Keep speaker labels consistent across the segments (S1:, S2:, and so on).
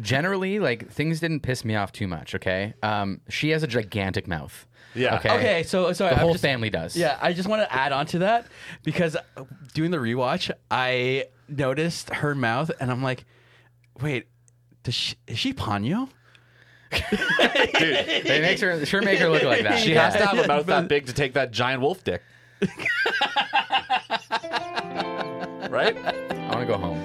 S1: generally, like things didn't piss me off too much. Okay, um, she has a gigantic mouth.
S2: Yeah.
S1: Okay.
S3: Okay, so sorry.
S1: The
S3: I'm
S1: whole
S3: just-
S1: family does.
S3: Yeah, I just want to add on to that because uh, doing the rewatch, I noticed her mouth, and I'm like, wait, does she, is she Ponyo?
S2: Dude,
S1: They make her sure make her look like that.
S2: she
S1: Yeah.
S2: has to have a mouth that big to take that giant wolf dick. right?
S1: I want to go home.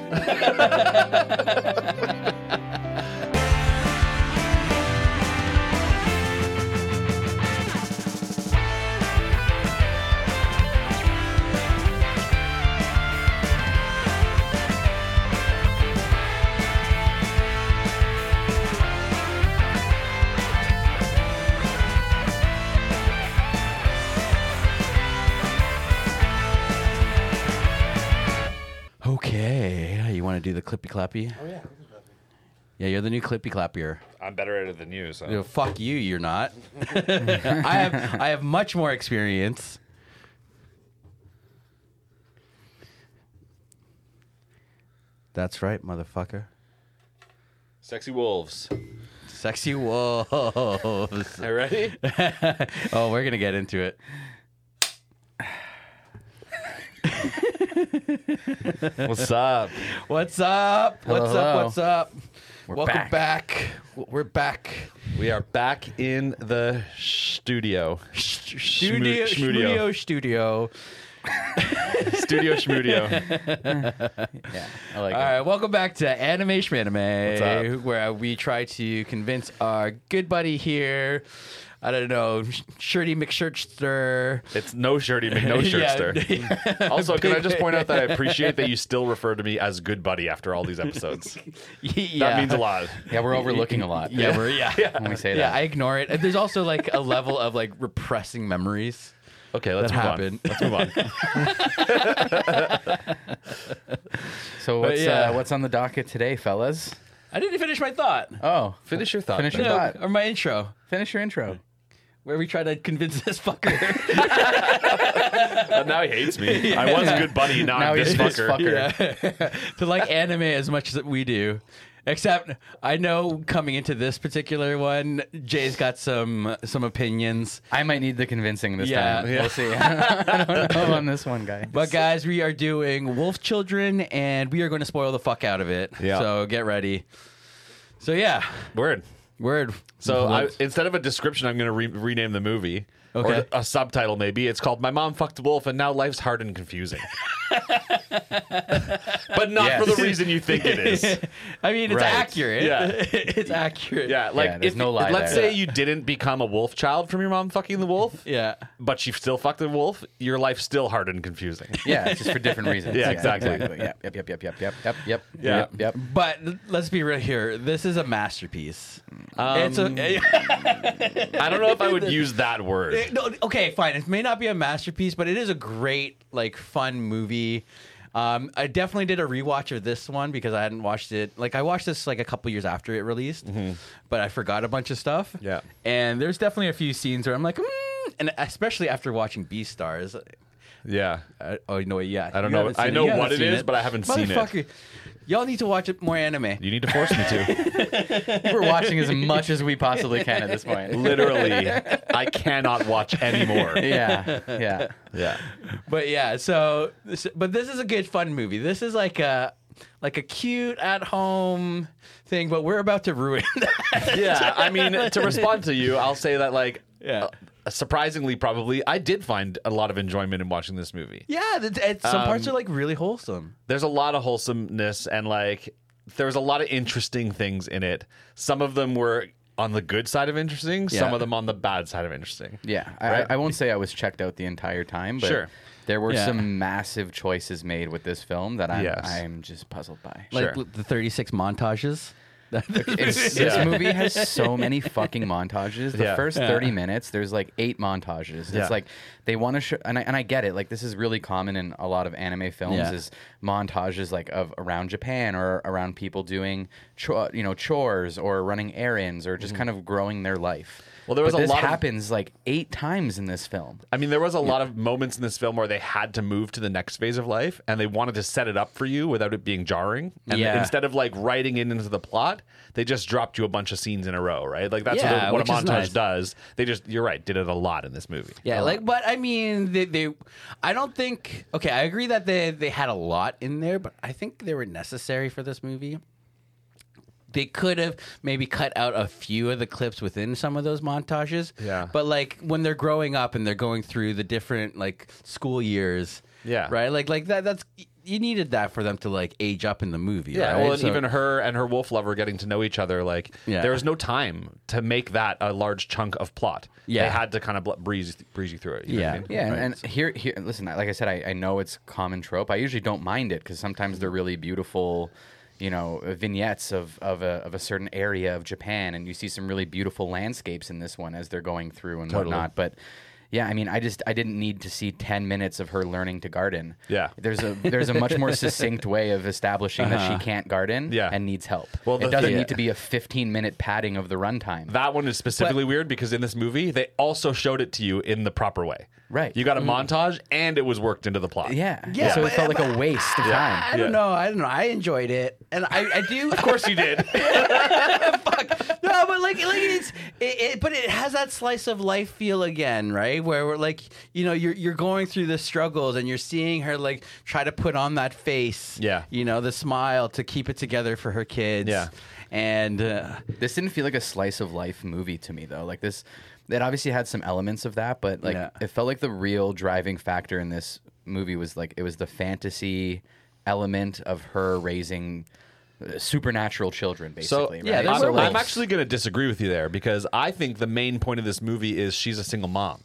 S3: Okay, you want to do the clippy clappy? Oh yeah. Yeah, you're the new clippy clappier.
S4: I'm better at it than you. So
S3: You know, fuck you, you're not. I have I have much more experience. That's right, motherfucker.
S2: Sexy wolves.
S3: Sexy wolves. oh,
S2: You ready?
S3: we're gonna get into it.
S2: What's up?
S3: What's up? What's
S1: Hello.
S3: up? What's up?
S1: We're
S3: Welcome
S1: back.
S3: back. We're back.
S2: We are back in the studio.
S3: Studio, studio, studio.
S2: Studio Schmudio.
S1: Yeah, I like
S3: All
S1: it.
S3: right, welcome back to Animation Anime,
S2: What's
S3: where we try to convince our good buddy here, I don't know, Shirty McShirtster.
S2: It's no shirty, no shirtster.
S3: Yeah.
S2: Also, can I just point out that I appreciate that you still refer to me as good buddy after all these episodes?
S3: yeah.
S2: That means a lot.
S1: Yeah, we're overlooking a lot.
S3: Yeah, we're, yeah. yeah.
S1: when we say
S3: Yeah,
S1: that.
S3: I ignore it. And There's also like a level of like repressing memories.
S2: Okay, let's
S3: That
S2: move
S3: happened.
S2: on. Let's move on.
S1: so what's
S3: yeah.
S1: uh, what's on the docket today, fellas?
S3: I didn't finish my thought.
S1: Oh,
S2: Finish your thought.
S1: Finish
S2: Ben.
S1: your
S3: No,
S1: thought.
S3: or my intro,
S1: Finish your intro.
S3: where we try to convince this fucker.
S2: Uh, now he hates me. I was good buddy, now,
S1: Now
S2: I'm
S1: he's
S2: this
S1: this
S2: fucker.
S1: fucker.
S3: to like anime as much as we do. Except I know coming into this particular one, Jay's got some some opinions.
S1: I might need the convincing this
S3: Yeah.
S1: time.
S3: Yeah.
S1: We'll see. I don't know on this one, guy.
S3: But guys, we are doing Wolf Children and we are going to spoil the fuck out of it.
S2: Yeah.
S3: So get ready. So yeah,
S2: Word.
S3: word.
S2: So I,
S3: Wolf.
S2: instead of a description, I'm going to re- rename the movie. Or
S3: Okay.
S2: a subtitle, maybe. It's called My Mom Fucked a Wolf and Now Life's Hard and Confusing. but not
S1: Yes.
S2: for the reason you think it is.
S3: I mean, it's
S1: Right.
S3: accurate.
S2: Yeah.
S3: it's accurate.
S2: Yeah, like
S1: Yeah, there's
S2: if,
S1: no lie
S2: let's
S1: there.
S2: say you didn't become a wolf child from your mom fucking the wolf,
S3: Yeah.
S2: but she still fucked the wolf, your life's still hard and confusing.
S1: Yeah, it's just for different reasons.
S2: Yeah, exactly.
S1: Yep, yep, yep, yep, yep, yep, yep, yep,
S2: Yeah.
S1: yep, yep.
S3: But let's be real here. This is a masterpiece.
S2: Um,
S3: it's a,
S2: I don't know if I would use that word.
S3: No, okay, fine. It may not be a masterpiece, but it is a great, like, fun movie. Um, I definitely did a rewatch of this one because I hadn't watched it. Like, I watched this like a couple years after it released, but I forgot a bunch of stuff.
S2: Mm-hmm. Yeah.
S3: and there's definitely a few scenes where I'm like, mm, and especially after watching Beastars.
S2: Yeah. Uh,
S3: I, oh no, yeah,
S2: I don't know. I know what it is, but I haven't seen it.
S3: it. Y'all need to watch it more anime.
S2: You need to force me to.
S1: We're watching as much as we possibly can at this point.
S2: Literally, I cannot watch anymore.
S1: Yeah, yeah.
S2: Yeah.
S3: But yeah, so this- but this is a good fun movie. This is like a like a cute at home thing, but we're about to ruin that.
S2: Yeah. I mean, to respond to you, I'll say that, like,
S3: Yeah.
S2: uh, surprisingly, probably, I did find a lot of enjoyment in watching this movie.
S3: yeah, th- th- some parts are like really wholesome.
S2: There's a lot of wholesomeness and, like, there was a lot of interesting things in it. Some of them were on the good side of interesting, some
S3: Yeah.
S2: of them on the bad side of interesting.
S1: Yeah, I,
S2: Right?
S1: I won't say I was checked out the entire time, but
S2: Sure.
S1: there were
S3: Yeah.
S1: some massive choices made with this film that I'm,
S2: Yes.
S1: I'm just puzzled by.
S3: Like
S2: Sure.
S3: the 36 montages.
S1: It's-
S2: Yeah.
S1: This movie has so many fucking montages. The
S2: Yeah.
S1: first 30 minutes, there's like eight montages.
S2: Yeah.
S1: It's like they want to show, and I, and I get it. Like, this is really common in a lot of anime films
S3: Yeah.
S1: is montages like of around Japan or around people doing, cho- you know, chores or running errands or just kind of growing their life.
S2: Mm-hmm. Well, there was
S1: But
S2: a
S1: this
S2: lot of-
S1: happens like eight times in this film.
S2: I mean, there was a lot of moments in this film where they had to move to the next phase of life, and they wanted to set it up for you without it being jarring. And
S1: Yeah.
S2: instead of like writing it into the plot, they just dropped you a bunch of scenes in a row, right? Like that's what,
S3: Yeah,
S2: a- what
S3: which
S2: a
S3: is
S2: montage
S3: nice.
S2: does. They just, you're right, did it a lot in this movie. Oh,
S3: Yeah, like, but I mean, they, they, I don't think. Okay, I agree that they they had a lot in there, but I think they were necessary for this movie. They could have maybe cut out a few of the clips within some of those montages.
S2: Yeah.
S3: But like when they're growing up and they're going through the different like school years.
S2: Yeah.
S3: Right. Like like that. That's you needed that for them to like age up in the movie.
S2: Yeah,
S3: right?
S2: well, and
S3: So-
S2: even her and her wolf lover getting to know each other, like
S3: Yeah.
S2: there was no time to make that a large chunk of plot.
S3: Yeah.
S2: they had to kind of bl- breeze breeze you through it. you know
S3: Yeah.
S2: what I mean?
S1: Yeah,
S2: Right.
S1: and, and here, here, listen. Like I said, I, I know it's common trope. I usually don't mind it because sometimes they're really beautiful, you know, vignettes of of a, of a certain area of Japan, and you see some really beautiful landscapes in this one as they're going through and whatnot. But yeah, I mean, I just I didn't need to see ten minutes of her learning to garden.
S2: Yeah.
S1: there's a there's a much more succinct way of establishing that she can't garden.
S2: Uh-huh. Yeah.
S1: and needs help.
S2: Well,
S1: Well,
S2: the
S1: it doesn't
S2: thing-
S1: need to be a fifteen minute padding of the runtime.
S2: That one is specifically weird because in this movie they also showed it to you in the proper way.
S1: Right. Mm.
S2: You got a montage and it was worked into the plot.
S1: yeah,
S3: Yeah,
S1: So it
S3: but-
S1: felt like a waste of time.
S3: I don't
S2: Yeah.
S3: know. I don't know. I enjoyed it, and I, I do.
S2: Of course you did.
S3: No, but like, like it's it, it, but it has that slice of life feel again, right? Where we're like, you know, you're you're going through the struggles, and you're seeing her like try to put on that face,
S2: Yeah.
S3: you know, the smile to keep it together for her kids,
S2: Yeah.
S3: and uh,
S1: This didn't feel like a slice of life movie to me though. Like this it obviously had some elements of that, but like
S3: Yeah.
S1: it felt like the real driving factor in this movie was like it was the fantasy element of her raising uh, supernatural children
S2: so
S1: basically.
S3: yeah,
S1: right?
S3: there's
S2: I'm,
S1: so,
S3: werewolves.
S2: I'm actually going to disagree with you there because I think the main point of this movie is she's a single mom.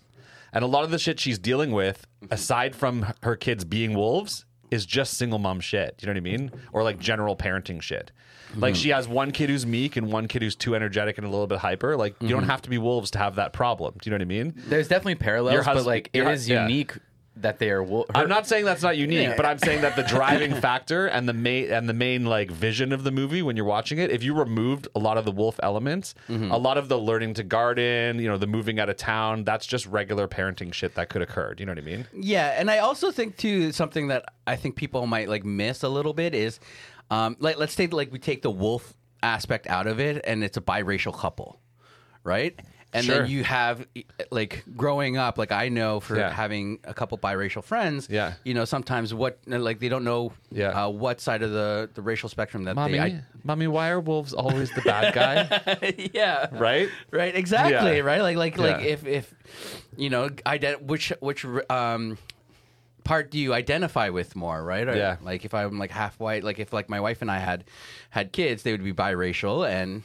S2: And a lot of the shit she's dealing with, aside from her kids being wolves, is just single mom shit. You know what I mean? Or like general parenting shit. Like she has one kid who's meek and one kid who's too energetic and a little bit hyper. Like you
S1: Mm-hmm.
S2: don't have to be wolves to have that problem. Do you know what I mean?
S1: there's definitely parallels,
S2: Your husband-
S1: but like it
S2: your hu-
S1: is
S2: yeah.
S1: unique that they are wo- her-
S2: I'm not saying that's not unique, but I'm saying that the driving factor and the main and the main like vision of the movie when you're watching it, if you removed a lot of the wolf elements,
S1: Mm-hmm.
S2: a lot of the learning to garden, you know, the moving out of town, that's just regular parenting shit that could occur. Do you know what I mean?
S3: Yeah, and I also think too something that I think people might like miss a little bit is, um, like let's say like we take the wolf aspect out of it, and it's a biracial couple, right? And
S2: Sure.
S3: then you have e, like growing up, like I know for
S2: Yeah.
S3: having a couple biracial friends,
S2: Yeah.
S3: you know sometimes what like they don't know
S2: Yeah.
S3: uh, what side of the the racial spectrum that they
S2: mommy, why are wolves always the bad guy?
S3: I, yeah
S2: right?
S3: right exactly
S2: Yeah.
S3: right like like like
S2: Yeah.
S3: if if you know ident- which which um part do you identify with more right Or,
S2: Yeah.
S3: like if i'm like half white like if like my wife and i had had kids they would be biracial and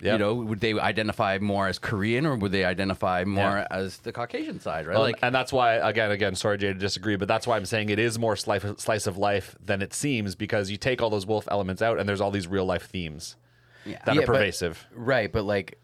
S3: you
S2: Yep.
S3: know would they identify more as korean or would they identify more
S2: Yeah.
S3: as the caucasian side right
S2: Well,
S3: like
S2: Um, and that's why again again sorry jay to disagree but that's why i'm saying it is more slice, slice of life than it seems because you take all those wolf elements out and there's all these real life themes
S3: Yeah.
S2: that are
S1: Yeah, but-
S2: pervasive
S1: Right, but like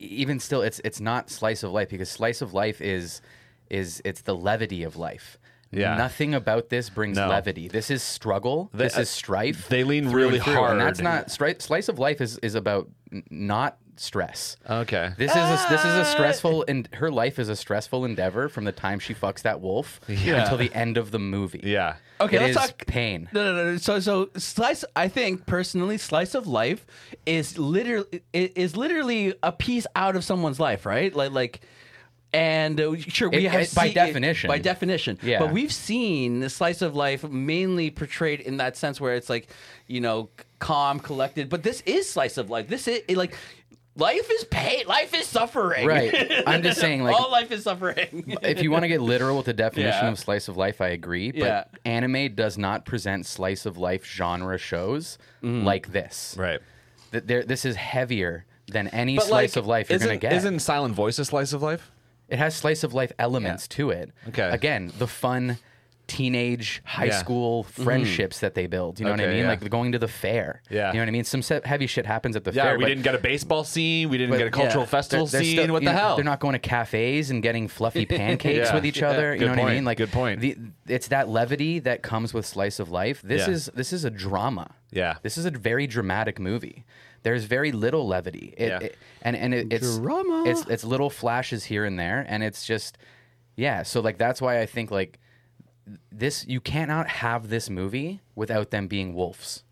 S1: e, even still it's it's not slice of life because slice of life is is it's the levity of life.
S2: Yeah.
S1: Nothing about this brings
S2: No.
S1: levity. This is struggle. this
S2: uh,
S1: is strife.
S2: they lean
S1: through and
S2: really
S1: through,
S2: hard.
S1: And that's not stri- slice of life is is about n- not stress.
S2: okay
S1: This is a, this
S3: Uh,
S1: is a stressful and her life is a stressful endeavor from the time she fucks that wolf until the end of the movie.
S2: yeah
S3: Okay,
S1: It
S3: let's
S1: is
S3: talk-
S1: pain.
S3: No, no, no. So, so slice. I think personally, slice of life is literally i- is literally a piece out of someone's life, right? Like, like, and uh, sure, we
S1: It-
S3: have
S1: it- by
S3: see-
S1: definition.
S3: by definition,
S1: Yeah.
S3: But we've seen the slice of life mainly portrayed in that sense where it's like, you know, c- calm, collected. But this is slice of life. This is it, like. Life is pain. Life is suffering.
S1: Right. I'm just saying, like-
S3: all life is suffering.
S1: if you want to get literal with the definition
S3: Yeah.
S1: of slice of life, I agree. But
S3: Yeah.
S1: anime does not present slice of life genre shows
S2: Mm.
S1: like this.
S2: right
S1: Th- there- this is heavier than any
S2: But,
S1: slice
S2: like,
S1: of life you're
S2: isn't,
S1: going to get.
S2: isn't silent voice a slice of life
S1: It has slice of life elements to it.
S2: Okay.
S1: Again, the fun teenage high
S2: Yeah. Mm-hmm.
S1: school friendships that they build. You know what I
S2: Okay,
S1: mean?
S2: yeah.
S1: Like going to the fair.
S2: Yeah.
S1: You know what I mean? Some se- heavy shit happens at the
S2: Yeah,
S1: fair.
S2: we
S1: but-
S2: didn't get a baseball scene. We didn't
S1: but
S2: get a cultural
S1: yeah,
S2: festival
S1: they're- they're
S2: scene.
S1: still-
S2: what
S1: you
S2: the
S1: know,
S2: hell?
S1: They're not going to cafes and getting fluffy pancakes
S2: Yeah.
S1: with each
S2: Yeah.
S1: other. You
S2: Good
S1: know what I
S2: point.
S1: mean? Like
S2: Good point.
S1: The, it's that levity that comes with slice of life. This
S2: Yeah.
S1: is this is a drama.
S2: Yeah.
S1: This is a very dramatic movie. There's very little levity. It,
S2: Yeah.
S1: it- and and it, it's
S3: Drama.
S1: It's it's little flashes here and there, and it's just yeah. So like that's why I think like this you cannot have this movie without them being wolves.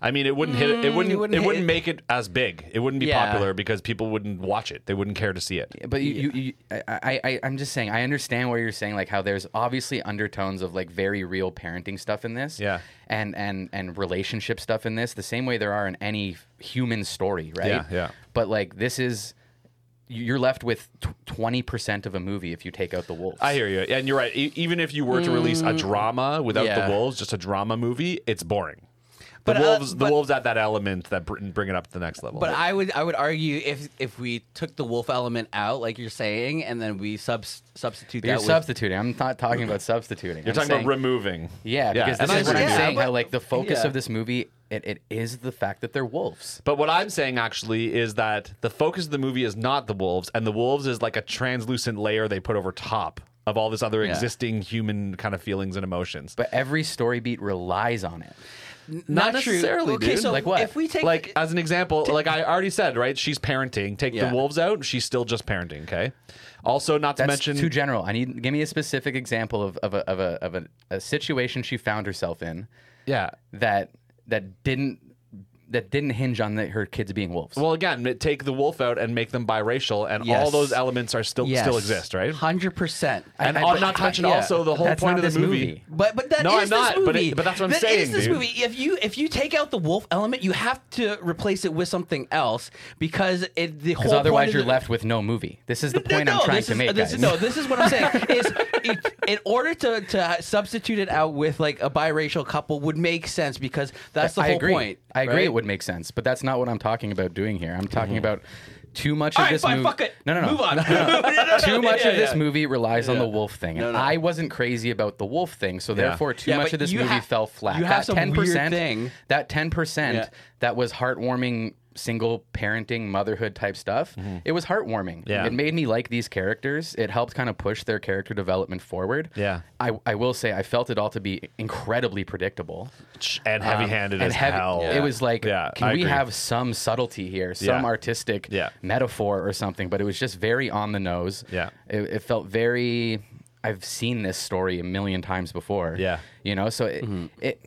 S2: I mean, it wouldn't hit.
S1: Mm,
S2: It wouldn't.
S3: it
S2: It
S3: wouldn't
S2: wouldn't,
S3: hit-
S2: make it as big. It wouldn't be
S3: Yeah.
S2: popular because people wouldn't watch it. They wouldn't care to see it.
S1: But you, you, you I, I, I'm just saying, I understand where you're saying, like how there's obviously undertones of like very real parenting stuff in this,
S2: Yeah.
S1: and and and relationship stuff in this, the same way there are in any human story, right?
S2: Yeah, yeah.
S1: But like this is, you're left with twenty percent of a movie if you take out the wolves.
S2: I hear you, and you're right. E- even if you were to release a drama without
S3: Yeah.
S2: the wolves, just a drama movie, it's boring. The
S3: But, uh,
S2: wolves, the
S3: but-
S2: wolves add that element that br- bring it up to the next level.
S3: But I would I would argue if if we took the wolf element out, like you're saying, and then we sub substitute
S1: But you're
S3: that with
S1: substituting. I'm not talking about substituting.
S2: you're
S1: I'm
S2: talking
S1: saying-
S2: about removing.
S1: yeah, because
S2: and
S1: this
S2: I
S1: is what
S2: agree
S1: I'm
S2: with you.
S1: saying.
S3: Yeah,
S1: how
S3: but-
S1: like the focus
S3: yeah.
S1: of this movie, it, it is the fact that they're wolves.
S2: But what I'm saying actually is that the focus of the movie is not the wolves, and the wolves is like a translucent layer they put over top of all this other existing human kind of feelings and emotions.
S1: But every story beat relies on it.
S3: not, true.
S2: necessarily,
S3: okay,
S2: dude.
S3: So
S1: Like what?
S3: If we take
S2: like as an example, like I already said, right? She's parenting. Take
S3: Yeah.
S2: the wolves out, she's still just parenting. Okay. Also, not to
S1: That's
S2: mention
S1: too general. I need give me a specific example of, of a of a of a, a situation she found herself in
S2: yeah.
S1: that that didn't that didn't hinge on the, her kids being wolves.
S2: Well, again, m- take the wolf out and make them biracial, and
S3: Yes.
S2: all those elements are still
S3: yes,
S2: still exist, right?
S3: Hundred percent.
S2: And
S1: I-
S2: all-
S1: but-
S2: not to mention
S3: yeah.
S2: also the whole
S1: That's
S2: point
S1: not
S2: of the
S1: this movie.
S3: But but that is
S2: No, I'm not,
S3: this
S2: but it-
S3: movie.
S2: but that's what I'm
S3: That
S2: saying,
S3: is this
S2: dude.
S3: movie. If you if you take out the wolf element, you have to replace it with something else because it the whole
S1: because otherwise
S3: point
S1: you're
S3: of the-
S1: left with no movie. This is the
S3: No,
S1: point
S3: no,
S1: I'm trying
S3: this
S1: to
S3: is-
S1: make,
S3: this
S1: guys.
S3: is- no, this is what I'm saying. Is it, in order to, to substitute it out with like a biracial couple would make sense because that's the
S1: I
S3: whole
S1: agree.
S3: point.
S1: I agree.
S3: right? Mm-hmm.
S1: It would make sense, but that's not what I'm talking about doing here. I'm talking about too much
S3: All
S1: of
S3: right,
S1: this
S3: fine,
S1: movie.
S3: fuck it.
S1: No, no, no.
S3: Move on.
S1: Too much
S3: Yeah,
S1: of this
S3: yeah.
S1: movie relies on the wolf thing, and
S3: No, no.
S1: I wasn't crazy about the wolf thing, so therefore too
S3: Yeah,
S1: much
S3: but
S1: of this
S3: you
S1: movie
S3: ha-
S1: fell flat.
S3: you have some weird
S1: 10%
S3: thing.
S1: that ten percent
S3: Yeah.
S1: that was heartwarming, single parenting, motherhood type stuff.
S3: Mm-hmm.
S1: It was heartwarming.
S2: Yeah.
S1: it made me like these characters. It helped kind of push their character development forward.
S2: Yeah.
S1: I, I will say I felt it all to be incredibly predictable
S2: And heavy handed
S1: um, and
S2: as
S1: heavy-
S2: hell.
S1: It was like,
S2: Yeah,
S1: can
S2: I
S1: we
S2: agree.
S1: have some subtlety here, some
S2: Yeah.
S1: artistic
S2: Yeah.
S1: metaphor or something? But it was just very on the nose.
S2: Yeah.
S1: it, it felt very. I've seen this story a million times before.
S2: Yeah. Mm-hmm.
S1: you know, so it. it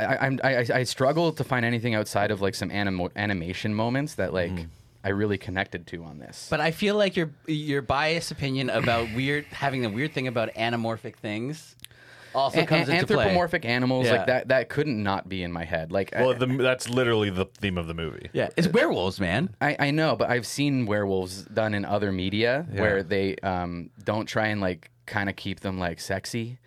S1: I, I'm, I, I- I struggle to find anything outside of like some animo- animation moments that like
S2: Mm-hmm.
S1: I really connected to on this.
S3: But I feel like your your biased opinion about weird having a weird thing about anamorphic things also
S1: A-
S3: comes
S1: a-
S3: into play.
S1: anthropomorphic animals
S3: Yeah.
S1: like that that couldn't not be in my head. Like I-
S2: well, the, that's literally the theme of the movie.
S3: Yeah, it's werewolves, man.
S1: I, I know, but I've seen werewolves done in other media where they um, don't try and like kind of keep them like sexy.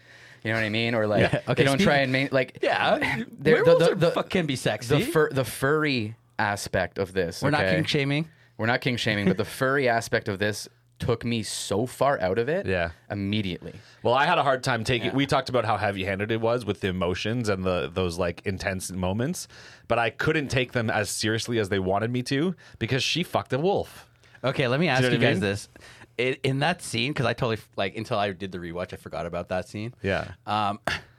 S1: You know what I mean? Or like
S3: Okay,
S1: they don't
S3: speak-
S1: try and make like
S3: Yeah,
S1: they're-
S3: werewolves
S1: the,
S3: are
S1: the,
S3: fuck- can be sexy.
S1: the, fur, the furry aspect of this.
S3: We're not
S1: okay?
S3: king shaming.
S1: We're not king shaming, but the furry aspect of this took me so far out of it.
S2: Yeah.
S1: immediately.
S2: Well, I had a hard time taking. We talked about how heavy-handed it was with the emotions and the those like intense moments, but I couldn't take them as seriously as they wanted me to because she fucked a wolf.
S3: Okay, let me ask you,
S2: know what I
S3: guys
S2: mean?
S3: this. It, in that scene, because I totally f- like until I did the rewatch, I forgot about that scene.
S2: Yeah.
S3: Um,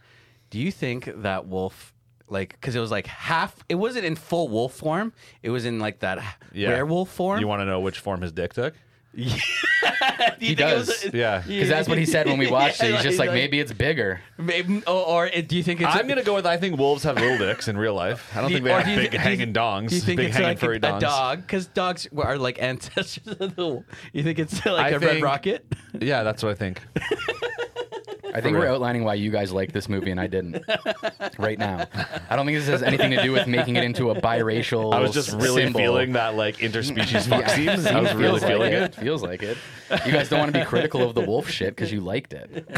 S3: do you think that wolf, like, because it was like half, it wasn't in full wolf form. It was in like that
S2: Yeah.
S3: werewolf form.
S2: You want to know which form his dick took?
S3: Do you
S1: He
S3: think it
S1: does.
S3: was-
S2: Yeah.
S1: Because that's what he said when we watched it. He's just like, maybe it's bigger.
S3: maybe, or, or it- do you think it's?
S2: I'm gonna go with I think wolves have little dicks in real life. I don't
S3: do you-
S2: think they
S3: or
S2: have
S3: do you
S2: big
S3: thi- do you-
S2: hanging dongs.
S3: Do you think
S2: big
S3: it's
S2: hanging
S3: like
S2: furry
S3: a,
S2: dongs.
S3: a dog? Because dogs were- are like ancestors of the. wolf. You think it's like
S2: I
S3: a red
S2: think-
S3: rocket?
S2: Yeah, that's what I think.
S1: I think we're outlining why you guys like this movie and I didn't. right now, I don't think this has anything to do with making it into a biracial.
S2: I was just really
S1: symbol.
S2: feeling that like interspecies fuck scenes. I was really
S1: Feels like
S2: feeling it.
S1: Feels like it. You guys don't want to be critical of the wolf shit because you liked it.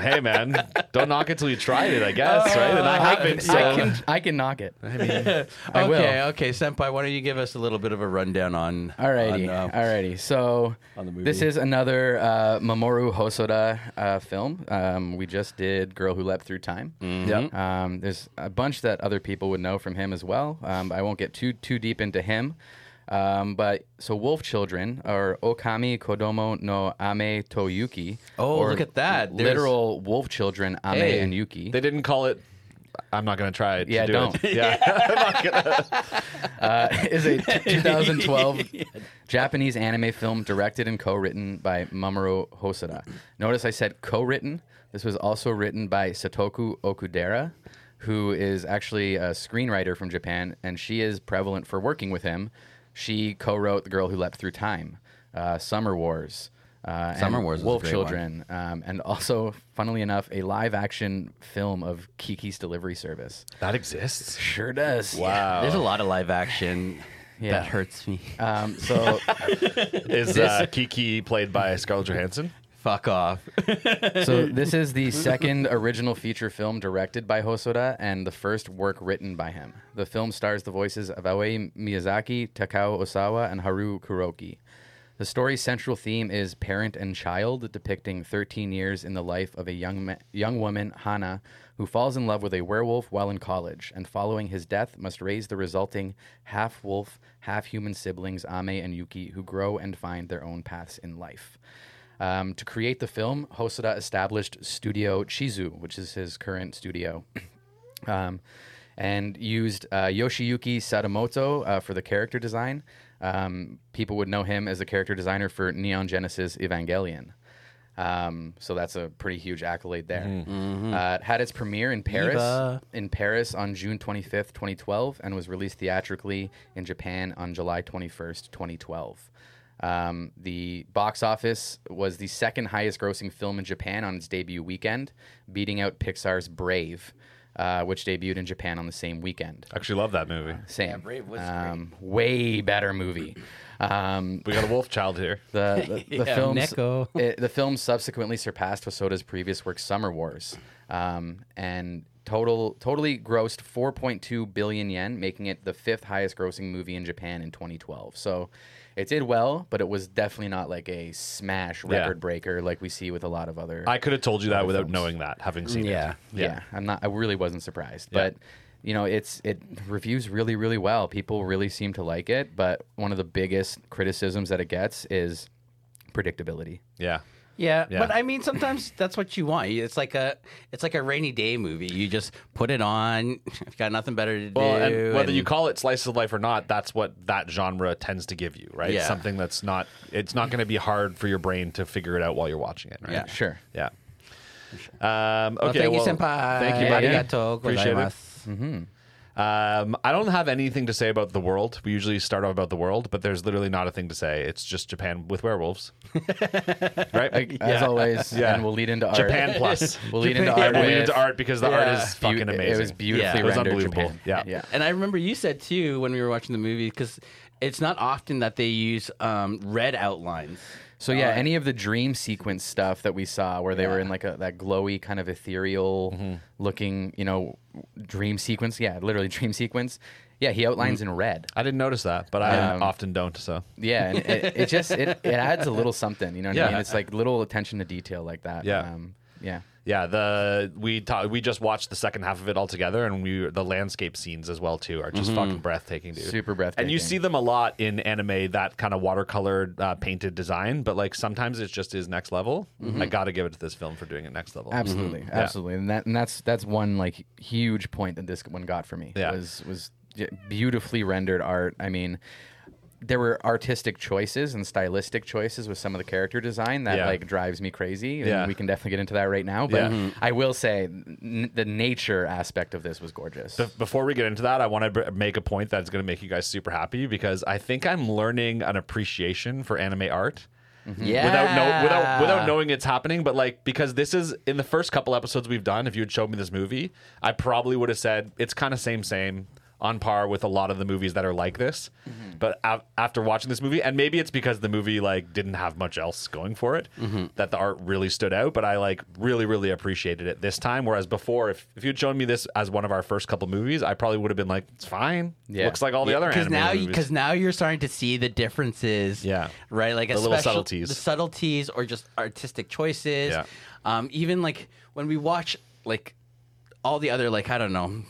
S2: hey man, don't knock it till you tried it. I guess right, and Uh, I haven't. So.
S1: I can I can knock it. I mean, I will.
S3: okay, okay, senpai. Why don't you give us a little bit of a rundown on?
S1: Alrighty,
S3: on, uh,
S1: alrighty. So
S3: on the
S1: this
S3: movie.
S1: is another uh, Mamoru Hosoda uh, film. Um, we just did "Girl Who Leapt Through Time."
S3: Mm-hmm.
S2: Yep.
S1: Um, there's a bunch that other people would know from him as well. Um, I won't get too too deep into him. Um, but so Wolf Children or Okami Kodomo no Ame to Yuki.
S3: Oh,
S1: or
S3: look at that. There's-
S1: Literal Wolf Children Ame
S2: Hey,
S1: and Yuki.
S2: They didn't call it. I'm not gonna try it.
S1: Yeah,
S2: to do
S1: don't.
S2: It. Yeah,
S1: is a t- 2012 Japanese anime film directed and co-written by Mamoru Hosoda. Notice I said co-written. This was also written by Satoku Okudera, who is actually a screenwriter from Japan, and she is prevalent for working with him. She co-wrote "The Girl Who Leapt Through Time," uh, "Summer Wars," uh,
S3: Summer
S1: and
S3: Wars is a
S1: "Wolf
S3: great one.
S1: Children," um, and also, funnily enough, a live-action film of Kiki's Delivery Service.
S2: that exists.
S1: Sure does.
S2: Wow.
S3: There's a lot of live action.
S1: Yeah.
S3: That hurts me.
S1: Um, so
S2: Is uh, Kiki played by Scarlett Johansson?
S3: Fuck off.
S1: So this is the second original feature film directed by Hosoda and the first work written by him. The film stars the voices of Aoi Miyazaki, Takao Osawa, and Haru Kuroki. The story's central theme is parent and child, depicting 13 years in the life of a young ma- young woman, Hana, who falls in love with a werewolf while in college, and following his death must raise the resulting half wolf, half human siblings Ame and Yuki, who grow and find their own paths in life. Um, to create the film, Hosoda established Studio Chizu, which is his current studio, um, and used uh, Yoshiyuki Sadamoto uh, for the character design. Um, people would know him as the character designer for Neon Genesis Evangelion. Um, so that's a pretty huge accolade there. Uh, it had its premiere in Paris
S3: Viva.
S1: in Paris on June 25th, 2012, and was released theatrically in Japan on July 21st, 2012. Um, the box office was the second highest grossing film in Japan on its debut weekend, beating out Pixar's Brave, uh, which debuted in Japan on the same weekend.
S2: Actually, love that movie.
S1: Same.
S3: Brave was
S1: um, way better movie. Um,
S2: We got a wolf child here.
S1: the the, the
S3: Yeah,
S1: films
S3: Neko.
S1: it- the film subsequently surpassed Hosoda's previous work, Summer Wars, um, and total totally grossed 4.2 billion yen, making it the fifth highest grossing movie in Japan in 2012. So it did well, but it was definitely not like a smash record breaker like we see with a lot of other.
S2: I could have told you that without knowing that, having seen
S3: Yeah.
S2: it.
S1: yeah. I'm not. I really wasn't surprised, but you know, it's it reviews really, really well. People really seem to like it, but one of the biggest criticisms that it gets is predictability.
S2: Yeah.
S3: Yeah,
S2: Yeah.
S3: but I mean, sometimes that's what you want. It's like a, it's like a rainy day movie. You just put it on. I've got nothing better to
S2: Well,
S3: do.
S2: and whether
S3: and-
S2: you call it slice of life or not, that's what that genre tends to give you, right?
S3: Yeah.
S2: Something that's not it's not going to be hard for your brain to figure it out while you're watching it, right?
S3: Yeah.
S1: Sure.
S2: Yeah. Um, okay.
S3: thank you,
S2: well,
S3: senpai.
S2: Thank you,
S1: Yeah,
S2: buddy.
S1: yeah.
S3: Arigato
S2: Appreciate it.
S3: gozaimasu.
S2: Um, I don't have anything to say about the world. We usually start off about the world, but there's literally not a thing to say. It's just Japan with werewolves, right?
S1: as always,
S2: Yeah.
S1: and we'll lead into art.
S2: Japan plus.
S1: We'll lead into
S3: Japan.
S1: art.
S2: we'll lead
S1: with-
S2: into art because the
S3: Yeah.
S2: art is fucking
S1: Beau-
S2: amazing.
S1: It was beautifully
S3: Yeah. It
S2: was
S1: rendered.
S2: unbelievable.
S1: Japan.
S2: Yeah.
S1: yeah.
S3: And I remember you said too when we were watching the movie because it's not often that they use um, red outlines.
S1: So yeah, any of the dream sequence stuff that we saw, where they were in like a that glowy kind of ethereal
S2: Mm-hmm.
S1: looking, you know, dream sequence. Yeah, literally dream sequence. Yeah, he
S2: Mm.
S1: outlines in red.
S2: I didn't notice that, but I
S1: Um,
S2: often don't. So
S1: Yeah, and it, it just it, it adds a little something. You know what
S2: Yeah.
S1: I mean? It's like little attention to detail like that. Um,
S2: Yeah.
S1: yeah.
S2: yeah, the we ta- we just watched the second half of it all together, and we the landscape scenes as well too are just fucking breathtaking, dude.
S1: Mm-hmm. Super
S2: And
S1: breathtaking.
S2: you see them a lot in anime, that kind of watercolor uh, painted design. But like sometimes it just is next level.
S1: Mm-hmm.
S2: I got to give it to this film for doing it next level.
S1: Absolutely, absolutely, and that and that's that's one like huge point that this one got for me.
S2: Yeah.
S1: was was j- beautifully rendered art. I mean, there were artistic choices and stylistic choices with some of the character design that
S2: Yeah.
S1: like drives me crazy. And
S2: Yeah.
S1: we can definitely get into that right now. But
S2: Yeah. Mhm.
S1: I will say n- the nature aspect of this was gorgeous.
S2: Before we get into that, I want to br- make a point that's going to make you guys super happy because I think I'm learning an appreciation for anime art.
S1: Mm-hmm.
S3: Yeah.
S2: without know, without without knowing it's happening. But like because this is in the first couple episodes we've done, if you had showed me this movie, I probably would have said it's kind of same same. on par with a lot of the movies that are like this.
S1: Mm-hmm.
S2: But af- after watching this movie, and maybe it's because the movie like didn't have much else going for it,
S1: Mm-hmm.
S2: that the art really stood out. But I like really, really appreciated it this time. Whereas before, if if you'd shown me this as one of our first couple movies, I probably would have been like, it's fine.
S1: Yeah.
S2: Looks like all the other
S3: because
S2: anime
S3: now
S2: movies.
S3: because now you're starting to see the differences.
S2: Yeah.
S3: right. Like
S2: The little
S3: especially-
S2: subtleties.
S3: the subtleties, or just artistic choices.
S2: Yeah.
S3: Um, even like when we watch like all the other like I don't know,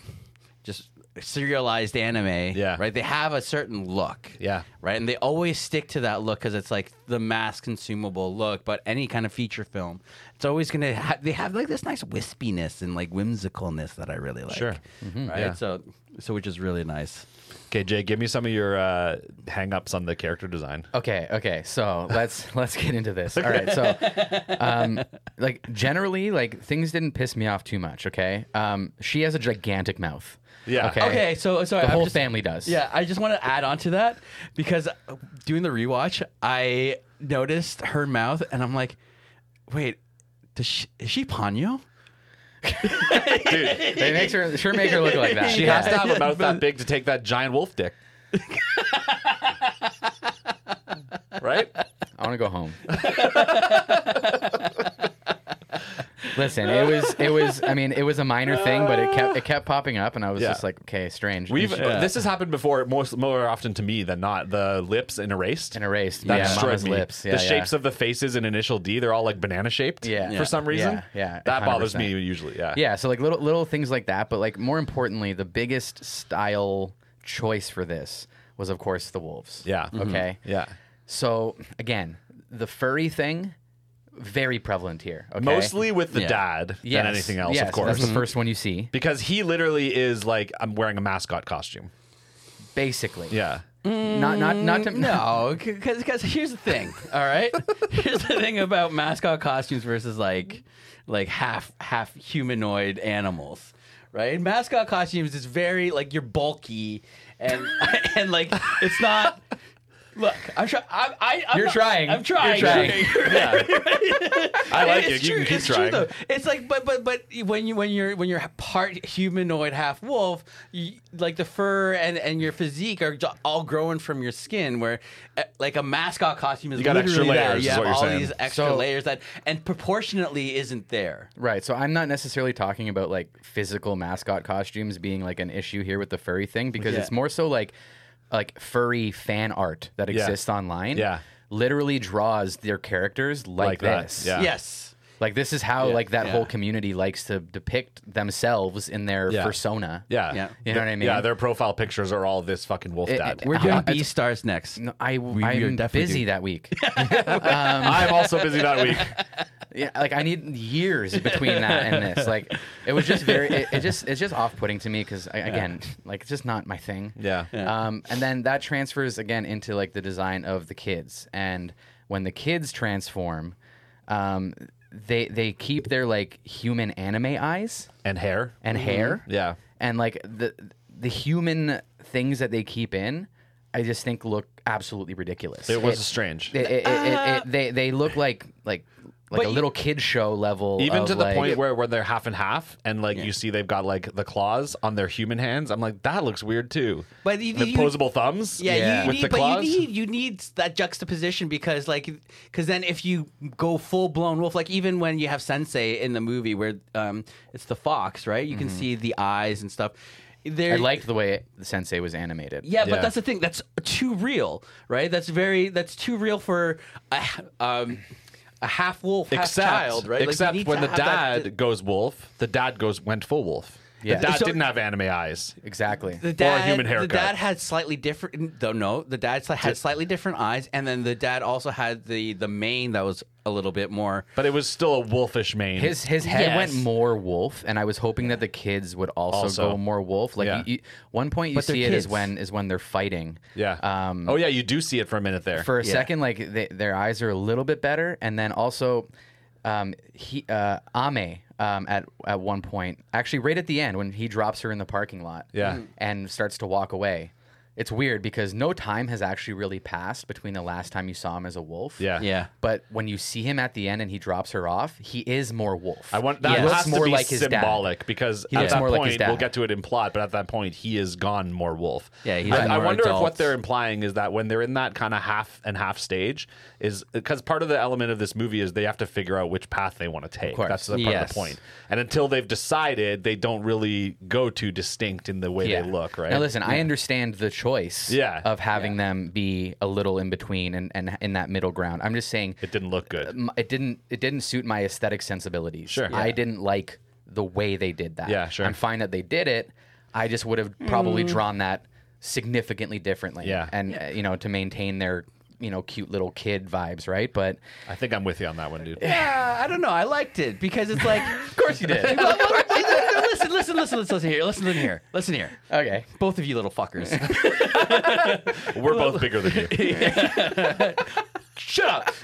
S3: just serialized anime.
S2: Yeah.
S3: right. They have a certain look.
S2: Yeah.
S3: right. And they always stick to that look because it's like the mass consumable look. But any kind of feature film, it's always gonna ha- they have like this nice wispiness and like whimsicalness that I really like.
S2: Sure. Mm-hmm.
S3: Right.
S2: Yeah.
S3: So so which is really nice.
S2: Okay, Jay, give me some of your uh, hang-ups on the character design.
S1: Okay, okay. So let's let's get into this. All right. So, um, like generally, like things didn't piss me off too much. Okay. Um, she has a gigantic mouth.
S2: Yeah.
S1: Okay.
S3: Okay, so uh, sorry.
S1: The
S3: I'm
S1: whole
S3: just-
S1: family does.
S3: Yeah, I just want to add on to that because uh, doing the rewatch, I noticed her mouth, and I'm like, wait, does she, is she Ponyo?
S2: Dude,
S1: They makes her sure make her look like that.
S2: she
S1: Yeah.
S2: has to have a mouth that big to take that giant wolf dick. right?
S1: I want to go home. Listen, it was it was I mean it was a minor thing, but it kept it kept popping up, and I was
S2: Yeah.
S1: just like, okay, strange.
S2: We've
S1: and, she-
S2: this has happened before, most more often to me than not. The lips in erased.
S1: and erased
S2: That
S1: yeah,
S2: destroyed
S1: Mama's
S2: me.
S1: lips. Yeah,
S2: the
S1: yeah.
S2: shapes of the faces in Initial D, they're all like banana shaped.
S1: Yeah.
S2: for
S1: Yeah.
S2: some reason.
S1: Yeah, yeah,
S2: that bothers me
S1: 100%.
S2: usually. Yeah,
S1: yeah so like little little things like that but like more importantly the biggest style choice for this was of course the wolves
S2: Yeah. Mhm.
S1: Mm-hmm. okay
S2: yeah.
S1: so again the furry thing very prevalent here okay?
S2: Mostly with the
S3: Yeah.
S2: dad
S1: Yes,
S2: than anything else,
S1: yes,
S2: of course,
S1: that's the first one you see
S2: because he literally is like I'm wearing a mascot costume.
S1: basically
S2: Yeah,
S1: not not not to
S3: No, because here's the thing. All right, here's the thing about mascot costumes versus like like half half humanoid animals. Right, mascot costumes is very like you're bulky and and like it's not. Look, I'm trying. I'm, I, I'm
S1: You're
S3: not-
S1: trying.
S3: I'm trying.
S1: You're trying.
S2: I like it.
S3: It's
S2: You
S3: true-
S2: can keep
S3: it's
S2: trying.
S3: True, though. it's like, but but but when you when you're when you're part humanoid, half wolf, you, like the fur and and your physique are jo- all growing from your skin. Where uh, like a mascot costume is
S2: You got extra
S3: literally that.
S2: layers,
S3: You
S2: is
S3: have
S2: what you're
S3: all
S2: saying.
S3: these extra
S1: So-
S3: layers that and proportionately isn't there.
S1: Right. So I'm not necessarily talking about like physical mascot costumes being like an issue here with the furry thing because
S3: Yeah.
S1: it's more so like like furry fan art that exists online.
S2: Yeah.
S1: Literally draws their characters like,
S2: Like that,
S1: this.
S2: yeah.
S3: Yes.
S1: Like this is how like that
S3: yeah.
S1: whole community likes to depict themselves in their
S2: Yeah.
S1: persona.
S2: Yeah.
S3: Yeah.
S1: You know what I mean?
S2: Yeah, their profile pictures are all this fucking wolf
S1: It-
S2: dad.
S1: it- we're-
S3: We're doing
S1: Uh,
S3: B stars next.
S1: No, I
S3: are
S1: I'm
S3: definitely
S1: busy
S3: doing-
S1: that week.
S2: I'm also busy that week.
S1: yeah, like I need years between that and this. Like it was just very it, it just it's just off putting to me because again like it's just not my thing.
S2: Yeah.
S1: Um, and then that transfers again into like the design of the kids. And when the kids transform, um, they they keep their like human anime eyes
S2: And hair.
S1: and hair.
S2: Mm-hmm. Yeah.
S1: And like the the human things that they keep in, I just think look absolutely ridiculous.
S2: It was strange.
S1: It- it- it- it- it- they they look like like like
S3: Uh, But
S1: a
S3: you-
S1: little kid show level.
S2: Even
S1: of,
S2: to the
S1: like-
S2: point where, where they're half and half, and like you see they've got like the claws on their human hands. I'm like, that looks weird too.
S3: But you-
S2: the
S3: you-
S2: posable thumbs.
S3: Yeah,
S1: Yeah.
S3: You
S2: with
S3: need,
S2: the
S3: but
S2: claws.
S3: you need you need that juxtaposition because like because then if you go full blown wolf, like even when you have Sensei in the movie where um it's the fox, right? You
S2: Mm-hmm.
S3: can see the eyes and stuff. There,
S1: I liked the way the sensei was animated.
S3: yeah, but
S2: Yeah.
S3: that's the thing. That's too real, right? That's very that's too real for a h- um a half wolf, half
S2: except
S3: child, right? Like, you
S2: except
S3: need to
S2: when the
S3: have that-
S2: dad goes wolf, the dad goes went full wolf.
S1: Yeah.
S2: The dad
S3: So-
S2: didn't have anime eyes.
S1: exactly.
S3: The dad,
S2: human
S3: The
S2: haircut.
S3: dad had slightly different. Though no, the dad sli- had slightly different eyes, and then the dad also had the the mane that was a little bit more.
S2: But it was still a wolfish mane.
S1: His his head
S3: Yes.
S1: went more wolf, and I was hoping that the kids would also,
S2: Also.
S1: go more wolf. Like
S2: Yeah.
S1: you, you- one point you
S3: But they're
S1: see it is
S3: kids.
S1: when is when they're fighting.
S2: yeah.
S1: Um,
S2: oh yeah, you do see it for a minute there.
S1: for a
S3: Yeah.
S1: second, like they, their eyes are a little bit better, and then also, um, he uh, Ame um, at at one point, actually right at the end when he drops her in the parking lot,
S2: Yeah. Mhm.
S1: and starts to walk away. it's weird because no time has actually really passed between the last time you saw him as a wolf.
S2: Yeah.
S5: Yeah.
S1: But when you see him at the end and he drops her off, he is more wolf.
S2: I want that
S1: He
S2: has
S1: looks
S2: to
S1: more
S2: be
S1: like his dad.
S2: symbolic because
S1: He
S2: at
S1: looks
S2: that
S1: more
S2: point
S1: like his dad.
S2: we'll get to it in plot, but at that point he is gone more wolf.
S5: Yeah, he's
S2: I,
S5: more
S2: I wonder if what
S5: adult.
S2: they're implying is that when they're in that kind of half and half stage is because part of the element of this movie is they have to figure out which path they want to take.
S1: course.
S2: That's the part of
S5: Yes.
S2: the point. And until they've decided, they don't really go too distinct in the way they look. Right?
S1: Now, listen, I understand the choice
S2: Yeah.
S1: of having them be a little in between and, and in that middle ground. I'm just saying
S2: it didn't look good.
S1: m- it didn't it didn't suit my aesthetic sensibilities.
S2: Sure.
S1: I didn't like the way they did that.
S2: Yeah, sure.
S1: I'm fine that they did it. I just would have probably drawn that significantly differently.
S2: Yeah.
S1: and uh, you know to maintain their you know cute little kid vibes, right? But
S2: I think I'm with you on that one, dude.
S5: Yeah, I don't know. I liked it because it's like, of course you did. listen, listen, listen, listen, listen here. Listen, listen here. Listen here.
S1: okay,
S5: Both of you little fuckers.
S2: We're both bigger than you.
S5: Shut up.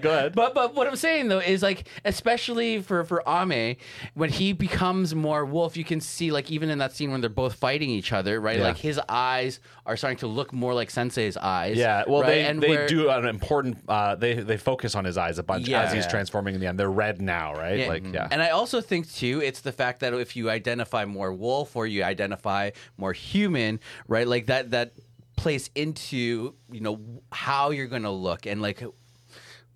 S2: Go ahead.
S3: But but what I'm saying though is like especially for for Ame when he becomes more wolf, you can see like even in that scene when they're both fighting each other, right?
S2: Yeah.
S3: Like his eyes are starting to look more like Sensei's eyes.
S2: Yeah, well,
S3: right?
S2: they
S3: And
S2: they
S3: where-
S2: do an important. Uh, they they focus on his eyes a bunch
S3: Yeah.
S2: as he's
S3: Yeah.
S2: transforming in the end. They're red now, right?
S3: Yeah.
S2: Like,
S1: Mm-hmm.
S2: yeah, Mm-hmm.
S3: And I also think too, it's the fact that if you identify more wolf or you identify more human, right? Like that that plays into you know how you're gonna look and like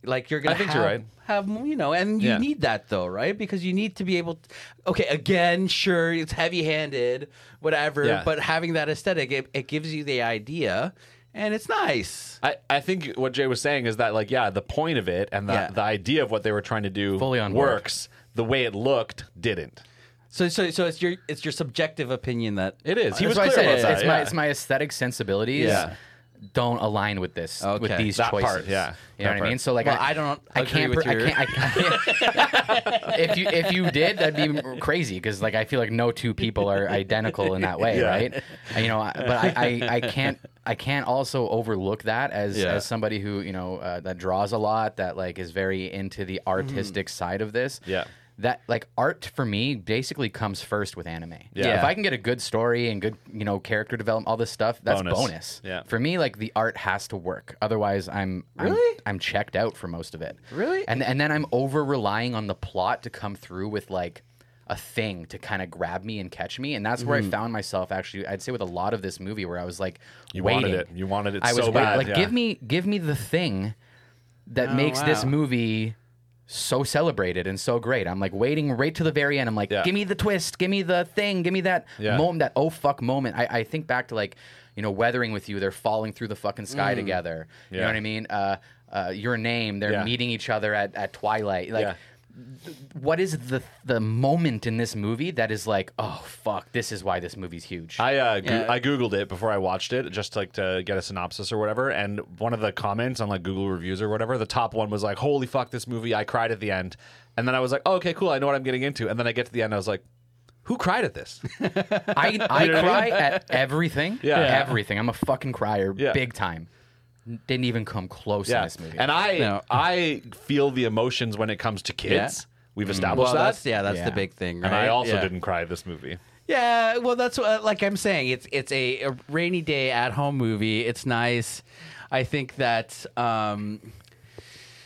S3: like you're gonna
S2: I think
S3: have,
S2: you're right.
S3: have you know and you
S2: Yeah.
S3: need that though right because you need to be able okay again sure it's heavy handed whatever
S2: Yeah.
S3: but having that aesthetic it, it gives you the idea and it's nice
S2: I, I think what Jay was saying is that like yeah, the point of it and the
S3: Yeah.
S2: the idea of what they were trying to do
S1: Fully on board.
S2: works. The way it looked didn't.
S3: so so so it's your it's your subjective opinion that
S2: It is. He
S1: that's
S2: was
S1: why I
S2: clear
S1: said
S2: about
S1: it's,
S2: that.
S1: it's
S2: yeah.
S1: my it's my aesthetic sensibilities.
S2: Yeah.
S1: Don't align with this with
S3: Okay.
S1: these
S2: That
S1: choices.
S2: part, yeah.
S1: you know
S2: That
S1: what I mean.
S2: part.
S1: So like,
S3: Well, I don't
S1: I
S3: agree
S1: can't,
S3: with
S1: I
S3: your-
S1: can't, I can't- If you if you did, that'd be crazy because like I feel like no two people are identical in that way,
S2: Yeah.
S1: right? You know, I- but I, I, I can't I can't also overlook that as
S2: Yeah.
S1: as somebody who you know uh, that draws a lot, that like is very into the artistic side of this.
S2: Mm-hmm. Yeah.
S1: That like art for me basically comes first with anime.
S2: Yeah.
S1: If I can get a good story and good, you know, character development, all this stuff, that's
S2: Bonus.
S1: bonus.
S2: Yeah.
S1: For me, like the art has to work. Otherwise, I'm
S3: Really?
S1: I'm, I'm checked out for most of it.
S3: Really?
S1: And and then I'm over relying on the plot to come through with like a thing to kind of grab me and catch me, and that's where
S2: Mm.
S1: I found myself actually. I'd say with a lot of this movie, where I was like,
S2: You
S1: waiting.
S2: wanted it. You wanted it
S1: I was
S2: so
S1: wait-
S2: bad,
S1: like,
S2: yeah.
S1: give me give me the thing that makes this
S3: wow.
S1: movie so celebrated and so great. I'm like waiting right to the very end. I'm like,
S2: Yeah.
S1: give me the twist, give me the thing, give me that
S2: Yeah.
S1: moment, that oh fuck moment. I, I think back to like, you know, weathering with you. They're falling through the fucking sky together. You
S2: Yeah.
S1: know what I mean? Uh, uh, your name. They're
S2: Yeah.
S1: meeting each other at, at twilight. Like,
S2: Yeah.
S1: th- what is the the moment in this movie that is like, oh fuck, this is why this movie's huge.
S2: I uh, goo-
S3: Yeah.
S2: I googled it before I watched it, just like to get a synopsis or whatever. And one of the comments on like Google reviews or whatever, the top one was like, "Holy fuck, this movie! I cried at the end." And then I was like, oh, "Okay, cool, I know what I'm getting into." And then I get to the end, I was like, "Who cried at this?"
S1: I, I cry at everything.
S2: Yeah. Yeah.
S1: Everything. I'm a fucking crier,
S2: Yeah.
S1: big time. Didn't even come close in this movie.
S2: And I
S3: No.
S2: I feel the emotions when it comes to kids. We've established
S3: well
S2: that.
S3: that's yeah that's
S1: Yeah.
S3: the big thing right
S2: and I also
S3: Yeah.
S2: didn't cry at this movie.
S3: Yeah, well, that's what, like I'm saying. It's it's a, a rainy day at home movie. It's nice. I think that um,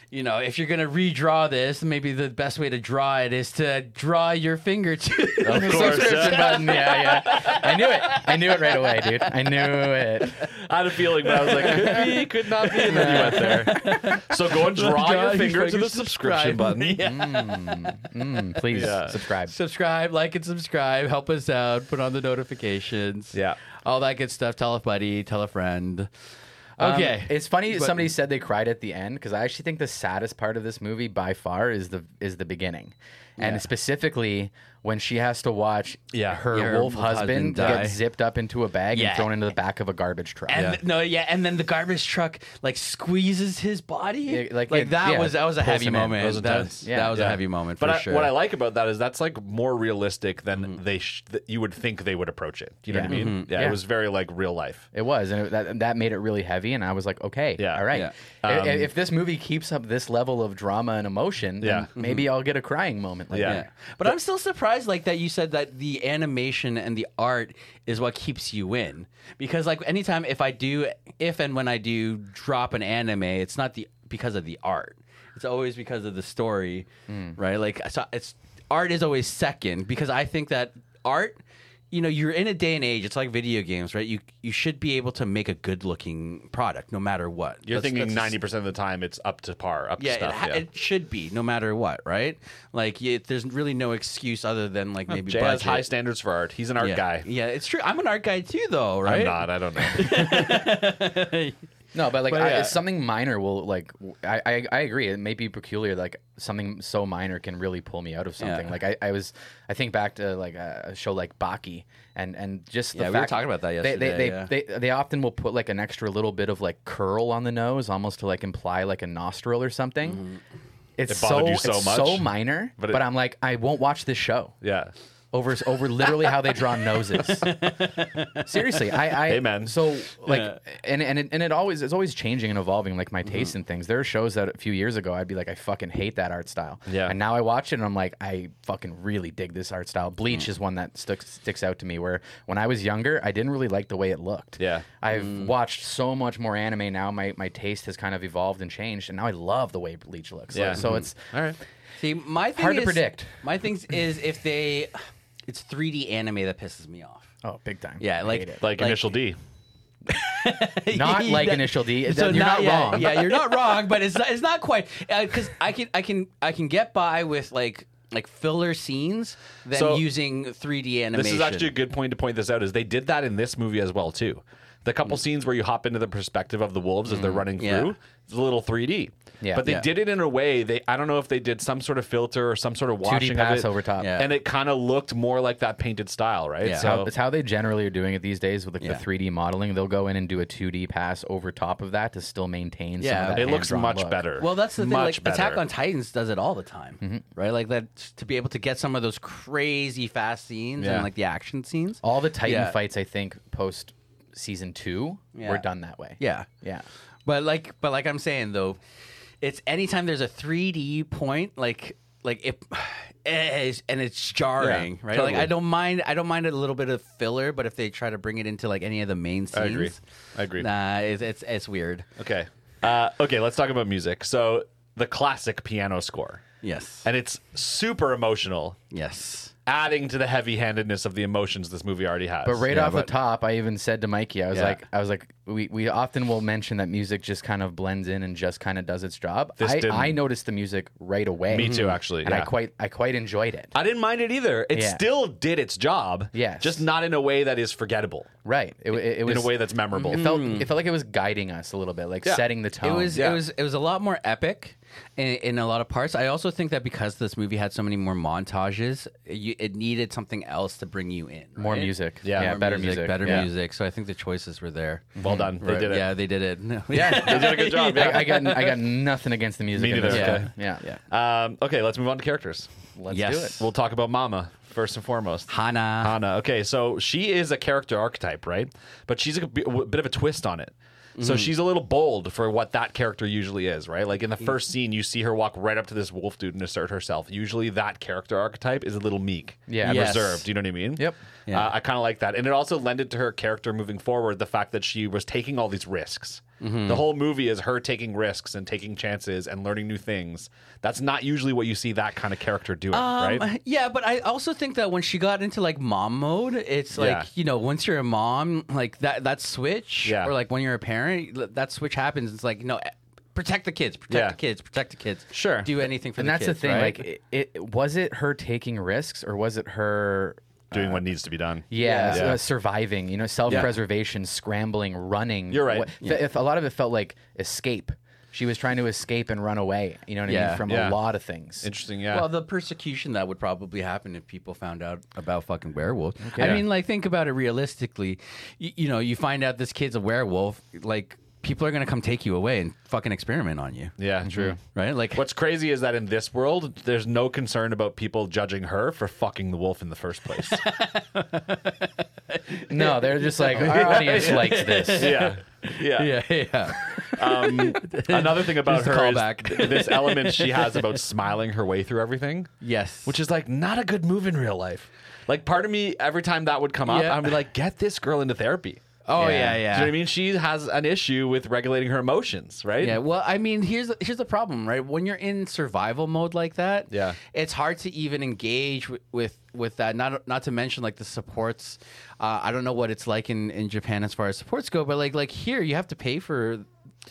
S3: you know if you're gonna redraw this, maybe the best way to draw it is to draw your finger to.
S2: Of
S1: Subscription button. Yeah, yeah. I knew it. I knew it right away, dude. I knew it.
S2: I had a feeling, but I was like, could be, could not be, and then you went there. So go and draw
S3: Draw
S2: your
S3: your
S2: finger to
S3: finger,
S2: the subscription
S3: subscribe.
S2: button.
S1: Mm, please
S2: Yeah.
S1: subscribe.
S3: subscribe, like, and subscribe. Help us out. Put on the notifications.
S2: Yeah.
S3: all that good stuff. Tell a buddy. Tell a friend.
S1: Um,
S3: Okay,
S1: it's funny
S3: But-
S1: somebody said they cried at the end because I actually think the saddest part of this movie by far is the is the beginning, and specifically when she has to watch
S2: Yeah.
S1: her
S3: Your
S1: wolf husband,
S3: husband die.
S1: get zipped up into a bag
S3: Yeah.
S1: and thrown into the back of a garbage truck.
S3: And
S2: Yeah.
S3: no, yeah, and then the garbage truck like squeezes his body.
S1: Yeah, like,
S3: like
S1: it-
S3: that
S1: yeah,
S3: was that was a
S1: pulls
S3: heavy
S1: him in.
S3: moment.
S2: That was
S3: that,
S2: intense.
S1: Yeah.
S3: that was
S2: Yeah.
S3: a heavy moment
S2: But
S3: for
S2: I,
S3: sure. Mm-hmm.
S2: what I like about that is that's like more realistic than they sh- that you would think they would approach it. You know what I
S1: Yeah.
S2: mean? Yeah,
S1: Yeah.
S2: it was very like real life.
S1: It was, and it, that that made it really heavy. And I was like, okay,
S2: Yeah.
S1: all right.
S3: Yeah.
S1: I- I- if, this movie keeps up this level of drama and emotion, then
S2: Yeah.
S1: maybe I'll get a crying
S6: different.
S1: moment
S6: Like,
S2: Yeah.
S6: yeah.
S3: But, I'm still surprised, like that you said that the animation and the art is what keeps you in. Because like anytime if I do, if and when I do drop an anime, it's not the because of the art. It's always because of the story, right? Like so it's art is always second because I think that art. You know, you're in a day and age. It's like video games, right? You you should be able to make a good looking product, no matter what.
S2: You're
S3: That's-
S2: thinking
S3: that's just-
S2: ninety percent of the time it's up to par, up
S3: yeah,
S2: to
S3: it,
S2: stuff.
S3: ha-
S2: yeah.
S3: it should be no matter what, right? Like, y there's really no excuse other than like maybe
S2: Jay has
S3: budget.
S2: high standards for art. He's an art
S3: yeah.
S2: guy.
S3: Yeah, it's true. I'm an art guy too, though, right?
S2: I'm not. I don't know.
S1: No, but like
S2: But
S1: I,
S2: yeah.
S1: something minor will like w- I, I I agree. It may be peculiar. Like something so minor can really pull me out of something.
S3: Yeah.
S1: Like I, I was I think back to like a a show like Baki and and just the
S3: Yeah, we were
S1: fact
S3: talking about that
S1: they- They they,
S3: yesterday, yeah.
S1: they, they often will put like an extra little bit of like curl on the nose, almost to like imply like a nostril or something.
S3: Mm-hmm.
S1: It's
S2: It bothered
S1: so
S2: you so
S1: it's
S2: much?
S1: so minor,
S2: But
S1: but,
S2: it-
S1: I'm like I won't watch this show.
S2: Yeah.
S1: Over, over literally how they draw noses. Seriously, I, I
S2: Amen.
S1: So like, and and it, and it always it's always changing and evolving. Like my taste
S2: Mm-hmm.
S1: in things. There are shows that a few years ago I'd be like, I fucking hate that art style.
S2: Yeah.
S1: And now I watch it and I'm like, I fucking really dig this art style. Bleach is one that sticks sticks out to me. Where when I was younger, I didn't really like the way it looked.
S2: Yeah.
S1: I've
S2: Mm.
S1: watched so much more anime now. My my taste has kind of evolved and changed, and now I love the way Bleach looks.
S2: Yeah.
S1: Like, so it's
S2: Mm-hmm. All right.
S3: See, my thing
S1: Hard to
S3: is-
S1: predict.
S3: My thing is if they, it's 3D anime that pisses me off.
S1: oh big time.
S3: Yeah,
S1: I
S3: like-
S1: hate it.
S2: Like,
S3: Like-
S2: initial D.
S1: not like
S3: That-
S1: Initial D.
S3: So
S1: You're not,
S3: yeah,
S1: wrong.
S3: Yeah, you're not wrong, but it's not, it's not quite because I can I can I can get by with like like filler scenes than
S2: So-
S3: using 3D animation.
S2: This is actually a good point to point this out. Is they did that in this movie as well too. The
S1: Mm.
S2: couple scenes where you hop into the perspective of the wolves as they're running
S3: Yeah.
S2: through, it's a little 3D.
S1: Yeah.
S2: But they
S1: Yeah.
S2: did it in a way. They I don't know if they did some sort of filter or some sort of washing of
S1: pass
S2: it,
S1: over top.
S3: Yeah.
S2: and it kind of looked more like that painted style, right?
S3: Yeah.
S1: It's how, it's how they generally are doing it these days with like
S3: Yeah.
S1: the 3D modeling. They'll go in and do a 2D pass over top of that to still maintain. some
S3: Yeah,
S1: of that
S2: it looks
S1: hand-drawn
S2: much
S1: look.
S2: better.
S3: Well, that's the thing.
S2: Much
S3: Like Attack
S2: better. Mm-hmm.
S3: on Titans does it all the time, right? Like that to be able to get some of those crazy fast scenes
S2: Yeah.
S3: and like the action scenes.
S1: All the Titan
S3: Yeah.
S1: fights, I think, post season two, were
S3: Yeah.
S1: done that way.
S3: Yeah,
S1: yeah.
S3: but like, but like I'm saying though, it's anytime there's a 3D point, like, like it, eh, it's- and it's jarring,
S2: Yeah,
S3: right?
S2: totally.
S3: Like I don't mind, I don't mind a little bit of filler, but if they try to bring it into like any of the main scenes,
S2: I agree. I agree.
S3: Nah, it's it's, it's weird.
S2: Okay. Uh, okay, let's talk about music. So the classic piano score.
S3: Yes,
S2: And it's super emotional,
S3: yes.
S2: adding to the heavy handedness of the emotions this movie already has.
S1: But right
S2: Yeah,
S1: off
S2: but-
S1: the top, I even said to Mikey, I was
S2: Yeah.
S1: like, I was like, we, we often will mention that music just kind of blends in and just kind of does its job.
S2: This
S1: I,
S2: didn't.
S1: I noticed the music right away. Mm-hmm.
S2: Me too, actually,
S1: and
S2: yeah.
S1: I quite I quite enjoyed it.
S2: I didn't mind it either. It
S1: Yeah.
S2: still did its job.
S1: Yes.
S2: Just not in a way that is forgettable.
S1: Right, it, it, it was
S2: In a way that's memorable.
S1: it felt it felt like it was guiding us a little bit, like
S2: Yeah.
S1: setting the tone.
S3: It was
S2: Yeah.
S3: it was it was a lot more epic in, in a lot of parts. I also think that because this movie had so many more montages, you, it needed something else to bring you in.
S1: More
S3: right?
S1: music.
S2: Yeah.
S1: Yeah,
S2: More
S1: better music.
S3: better
S1: Yeah.
S3: Eh? music. So I think the choices were there.
S2: Well done. They did it.
S3: Yeah, they did it. No.
S2: They
S1: Yeah.
S2: did a good job.
S1: I,
S2: Yeah.
S1: I got I got nothing against the music.
S2: Me
S1: in this
S2: neither.
S1: film. Yeah.
S3: Yeah.
S2: Um, okay, let's move on to characters.
S1: Let's
S3: Yes.
S1: do it.
S2: We'll talk about Mama first and foremost.
S3: Hana.
S2: Hana. Okay, so she is a character archetype, right? But she's a b- w- bit of a twist on it.
S1: Mm-hmm.
S2: So she's a little bold for what that character usually is, right? Like in
S1: Mm.
S2: the first scene, you see her walk right up to this wolf dude and assert herself. Usually, that character archetype is a little meek,
S1: Yeah.
S2: and
S1: Yes.
S2: reserved. You know what I mean?
S1: Yep.
S3: Yeah.
S2: Uh, I kind of like that, and it also lended to her character moving forward. The fact that she was taking all these risks.
S1: Mm-hmm.
S2: The whole movie is her taking risks and taking chances and learning new things. That's not usually what you see that kind of character doing,
S3: Um,
S2: right?
S3: Yeah, but I also think that when she got into like mom mode, it's like
S2: Yeah.
S3: you know once you're a mom, like that that switch,
S2: Yeah.
S3: or like when you're a parent, l- that switch happens. It's like no, eh, protect the kids, protect
S2: Yeah.
S3: the kids, protect the kids.
S2: Sure.
S3: do anything for
S1: and
S3: the
S1: that's
S3: kids,
S1: the thing.
S3: right?
S1: Like, it, it was it her taking risks or was it her?
S2: Doing what needs to be done.
S1: Yeah,
S2: Yeah.
S1: uh, surviving. You know, self-preservation, scrambling, running.
S2: You're right.
S1: What- If a lot of it felt like escape, she was trying to escape and run away. You know what I
S3: Yeah.
S1: mean? From
S2: Yeah.
S1: a lot of things.
S2: Interesting. Yeah.
S3: Well, the persecution that would probably happen if people found out about fucking werewolves.
S2: Yeah.
S3: I mean, like, think about it realistically. You, you know, you find out this kid's a werewolf, like, people are going to come take you away and fucking experiment on you.
S2: yeah. True.
S3: Right? Like,
S2: What's crazy is that in this world, there's no concern about people judging her for fucking the wolf in the first place.
S1: No, they're just like our audience likes this.
S2: yeah. Yeah.
S3: yeah, yeah.
S2: Um, another thing about
S7: Just a
S2: her is
S7: callback.
S2: th- this element she has about smiling her way through everything,
S3: Yes.
S2: which is like not a good move in real life. Like part of me, every time that would come up,
S3: Yeah.
S2: I'd be like, "Get this girl into therapy."
S3: oh
S7: Yeah.
S3: yeah,
S2: Do you
S3: yeah.
S2: know what I mean? She has an issue with regulating her emotions, right?
S3: Yeah, well, I mean, here's here's the problem, right? When you're in survival mode like that,
S2: Yeah.
S3: it's hard to even engage with with, with that. Not not to mention like the supports. Uh, I don't know what it's like in, in Japan as far as supports go, but like like here, you have to pay for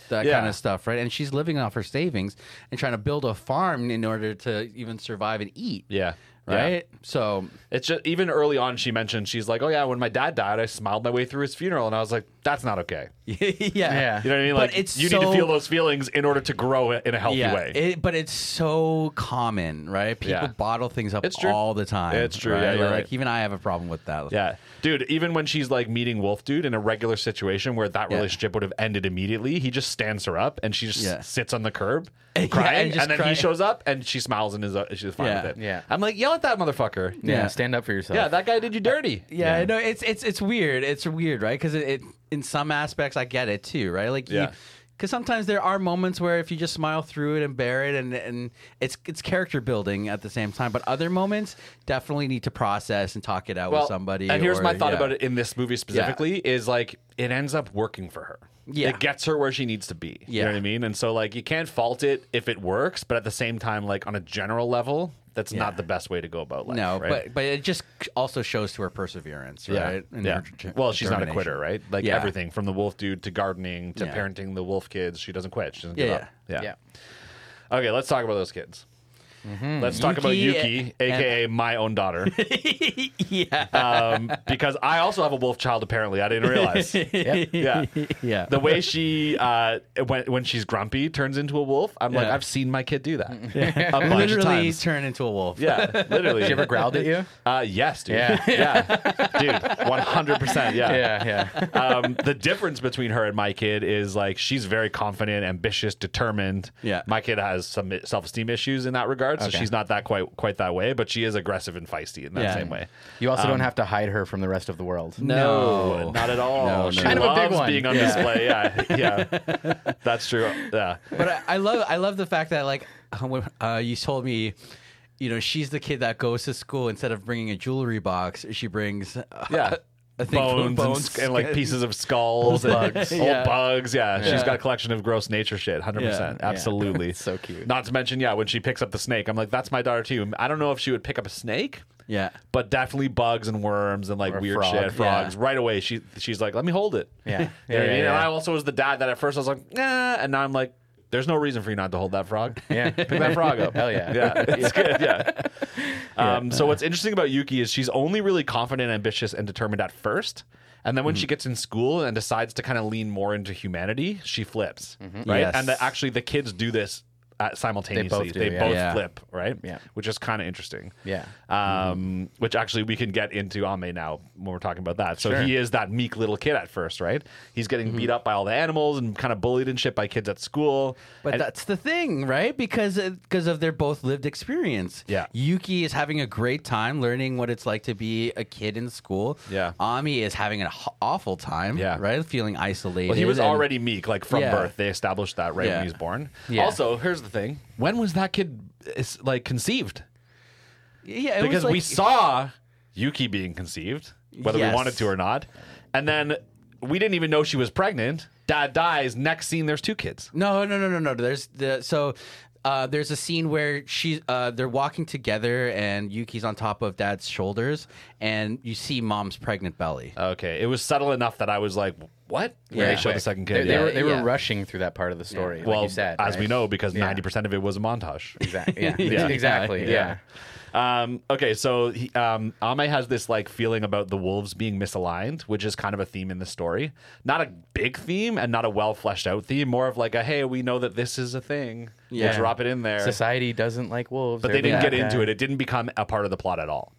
S3: that
S2: Yeah.
S3: kind of stuff, right? And she's living off her savings and trying to build a farm in order to even survive and eat.
S2: Yeah. Yeah.
S3: Right, so
S2: It's just even early on, she mentioned she's like, "Oh yeah, when my dad died, I smiled my way through his funeral," and I was like, "That's not okay." You
S3: yeah,
S1: Yeah.
S2: know what I mean?
S3: But
S2: Like,
S3: it's
S2: you need to
S3: so-
S2: feel those feelings in order to grow in a healthy way.
S3: It, but it's so common, right? People
S2: Yeah.
S3: bottle things up
S2: It's true.
S3: all the time.
S2: It's true, yeah, you're
S3: like
S2: right.
S3: even I have a problem with that.
S2: yeah, dude. Even when she's like meeting Wolf Dude in a regular situation where that relationship would have ended immediately, he just stands her up and she just
S3: Yeah.
S2: sits on the curb
S3: and
S2: crying,
S3: just
S2: and then he
S3: crying.
S2: shows up and she smiles and is uh, she's fine
S3: Yeah.
S2: with it.
S1: Yeah.
S2: I'm like, yell at that motherfucker.
S1: Yeah, stand up for yourself.
S2: Yeah, that guy did you dirty.
S3: Yeah, no, it's it's it's weird. It's weird, right? Because it, it in some aspects I get it too, right? Like
S2: Yeah.
S3: Because sometimes there are moments where if you just smile through it and bear it, and and it's it's character building at the same time. But other moments definitely need to process and talk it out
S2: Well,
S3: with somebody.
S2: And here's
S3: or-
S2: my thought
S3: yeah.
S2: about it in this movie specifically is like it ends up working for her.
S3: Yeah.
S2: It gets her where she needs to be. You know
S3: Yeah.
S2: what I mean? And so like you can't fault it if it works, but at the same time, like on a general level, that's not the best way to go about life.
S3: No,
S2: right?
S3: but but it just also shows to her perseverance,
S2: yeah.
S3: right? And
S2: yeah.
S3: her de-
S2: well, she's not a
S3: determination.
S2: quitter, right? Like
S3: Yeah.
S2: everything from the wolf dude to gardening to
S3: Yeah.
S2: parenting the wolf kids, she doesn't quit. She doesn't
S3: Yeah,
S2: give up. Yeah. Okay, let's talk about those kids. Let's talk about
S3: Yuki
S2: Yuki,
S3: and-
S2: aka my own daughter,
S3: yeah,
S2: um, because I also have a wolf child. Apparently, I didn't realize. yeah.
S3: yeah.
S2: The way she uh, when when she's grumpy turns into a wolf. I'm like,
S3: Yeah.
S2: I've seen my kid do that a bunch of
S3: Literally
S2: times.
S3: turn into a wolf.
S2: Yeah, literally.
S1: She ever growled at you?
S2: Uh, yes, dude. Yeah,
S1: Yeah.
S2: dude. One hundred percent. Yeah.
S1: Yeah, yeah.
S2: Um, the difference between her and my kid is like she's very confident, ambitious, determined.
S3: Yeah.
S2: My kid has some self esteem issues in that regard, so
S1: Okay.
S2: she's not that quite quite that way, but she is aggressive and feisty in that
S3: Yeah.
S2: same way.
S1: You also don't have to hide her from the rest of the world.
S3: No.
S2: not at all. she
S1: Kind of a
S2: loves
S1: big one.
S2: being on
S1: Yeah.
S2: display. Yeah, yeah, that's true. Yeah,
S3: but I, I love I love the fact that like when, uh, you told me, you know, she's the kid that goes to school instead of bringing a jewelry box, she brings uh,
S2: yeah.
S3: a thing full
S2: Bones,
S3: of
S2: and
S3: bones
S2: sc- and, like pieces of skulls, bugs, old
S3: Yeah.
S2: bugs. Yeah, she's
S3: Yeah.
S2: got a collection of gross nature shit. Hundred percent,
S1: Yeah.
S2: absolutely.
S1: It's so cute.
S2: Not to mention, yeah, when she picks up the snake, I'm like, that's my daughter too. I don't know if she would pick up a snake,
S3: Yeah,
S2: but definitely bugs and worms and like
S1: Or a
S2: weird
S1: frog.
S2: shit, frogs. Right away, she she's like, let me hold it.
S1: Yeah.
S2: You
S1: Yeah,
S2: know what I
S1: yeah,
S2: mean? And
S1: yeah.
S2: I also was the dad that at first I was like, nah, and now I'm like, there's no reason for you not to hold that frog.
S1: Yeah.
S2: Pick that frog up.
S1: Hell yeah.
S2: Yeah. It's good. Yeah. Um, so what's interesting about Yuki is she's only really confident, ambitious, and determined at first. And then when
S1: Mm-hmm.
S2: she gets in school and decides to kind of lean more into humanity, she flips. Right.
S3: Yes.
S2: And the, actually, the kids do this uh, simultaneously.
S1: Mm-hmm. both do,
S2: they
S1: yeah.
S2: both
S3: Yeah.
S2: flip, right?
S1: Yeah.
S2: Which is kind of interesting.
S1: Yeah. Mm-hmm.
S2: Um, Which actually we can get into Ame now when we're talking about that. So
S1: Sure. Mm-hmm.
S2: he is that meek little kid at first, right? He's getting beat up by all the animals and kind of bullied and shit by kids at school.
S3: but
S2: And-
S3: that's the thing, right? Because because of their both lived experience.
S2: Yeah.
S3: Yuki is having a great time learning what it's like to be a kid in school.
S2: Yeah.
S3: Ami is having an h- awful time.
S2: Yeah.
S3: right, feeling isolated.
S2: well, he was
S3: and-
S2: already meek, like from
S3: Yeah.
S2: birth. They established that right when
S3: Yeah.
S2: he was born.
S3: Yeah.
S2: Also, here's the thing: when was that kid is, like conceived?
S3: yeah, it was
S2: because we
S3: like-
S2: saw Yuki being conceived, whether we
S3: Yes.
S2: wanted to or not, and then we didn't even know she was pregnant. Dad dies. Next scene, there's two kids.
S3: No, no, no, no, no. There's the so uh, there's a scene where she uh, they're walking together and Yuki's on top of Dad's shoulders and you see Mom's pregnant belly.
S2: Okay, it was subtle enough that I was like, "What?" When
S1: Very
S2: they showed the
S1: quick.
S2: second
S1: They,
S2: kid.
S1: they
S2: yeah.
S1: were, they
S3: Yeah.
S1: were rushing through that part of the story, like
S2: well,
S1: you said.
S2: as
S1: right?
S2: we know, because
S1: Yeah.
S2: ninety percent of it was a montage.
S1: Exactly. Yeah.
S2: Yeah.
S1: Exactly. Yeah.
S2: Um, okay, so he, um, Ame has this like feeling about the wolves being misaligned, which is kind of a theme in the story. Not a big theme and not a well fleshed out theme. More of like a hey, we know that this is a thing. We'll
S1: Yeah.
S2: drop it in there.
S1: Society doesn't like wolves.
S2: but they didn't get into it. It didn't become a part of the plot at all.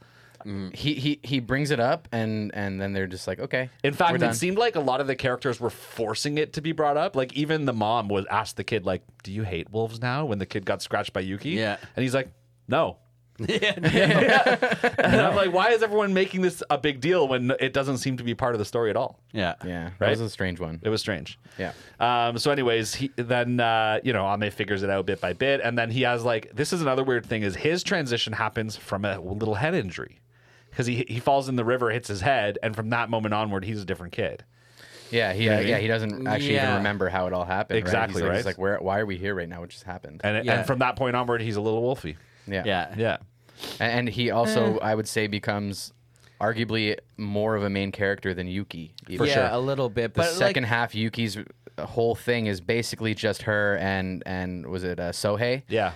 S1: He he he brings it up, and and then they're just like, okay.
S2: In
S1: we're
S2: fact,
S1: done.
S2: it seemed like a lot of the characters were forcing it to be brought up. Like even the mom was asked the kid, like, "Do you hate wolves now?" When the kid got scratched by Yuki,
S3: Yeah.
S2: and he's like, "No." And I'm like, why is everyone making this a big deal when it doesn't seem to be part of the story at all?
S3: Yeah.
S1: Yeah, that
S2: Right?
S1: was a strange one.
S2: It was strange.
S1: Yeah.
S2: Um, so, anyways, he, then uh, you know Ame figures it out bit by bit, and then he has like this is another weird thing is his transition happens from a little head injury because he he falls in the river, hits his head, and from that moment onward, he's a different kid.
S1: Yeah, he yeah he doesn't actually even
S3: Yeah.
S1: remember how it all happened. Right? He's
S2: Exactly,
S1: like,
S2: right?
S1: he's like, where? Why are we here right now? What just happened?
S2: And
S3: Yeah.
S2: and from that point onward, he's a little wolfie.
S1: yeah,
S3: Yeah. Uh.
S2: Yeah.
S1: A- And he also, I would say, becomes arguably more of a main character than Yuki. even.
S3: yeah, a little bit.
S1: The
S3: But
S1: second
S3: like,
S1: half, Yuki's whole thing is basically just her and and was it uh, Sohei?
S2: Yeah.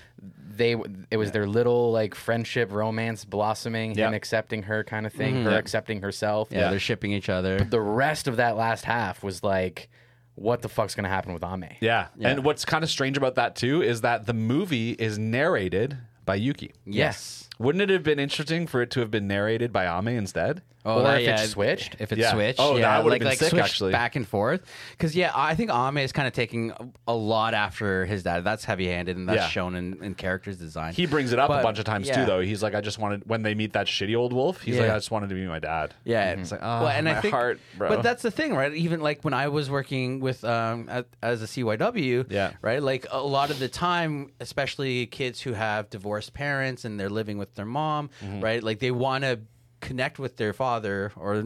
S1: they it was their little like friendship romance blossoming him
S2: Yeah.
S1: accepting her kind of thing her accepting herself
S3: yeah, they're shipping each other.
S1: the rest of that last half was like what the fuck's gonna happen with ame
S2: Yeah. And what's kind of strange about that too is that the movie is narrated by Yuki.
S3: Yes.
S2: Wouldn't it have been interesting for it to have been narrated by Ame instead?
S1: or
S3: that-
S1: if
S3: Oh, yeah,
S1: it switched
S3: If it
S2: Yeah.
S3: switched,
S2: Oh,
S3: yeah,
S2: that would've
S3: like,
S2: been
S3: like
S2: sick,
S3: switch
S2: actually.
S3: back and forth. Because yeah, I think Ame is kind of taking a lot after his dad. That's heavy-handed, and that's
S2: Yeah.
S3: shown in, in characters design.
S2: He brings it up a
S3: But,
S2: bunch of times too,
S3: yeah.
S2: though. He's like, I just wanted when they meet that shitty old wolf. He's like,
S3: Yeah.
S2: I just wanted to be my dad.
S3: Yeah, it's like oh, well, and
S2: ah, my
S3: I think,
S2: heart, bro.
S3: But that's the thing, right? Even like when I was working with um at, as a CYW,
S2: Yeah.
S3: right. Like a lot of the time, especially kids who have divorced parents and they're living with their mom,
S2: Mm-hmm.
S3: right? Like they want to connect with their father or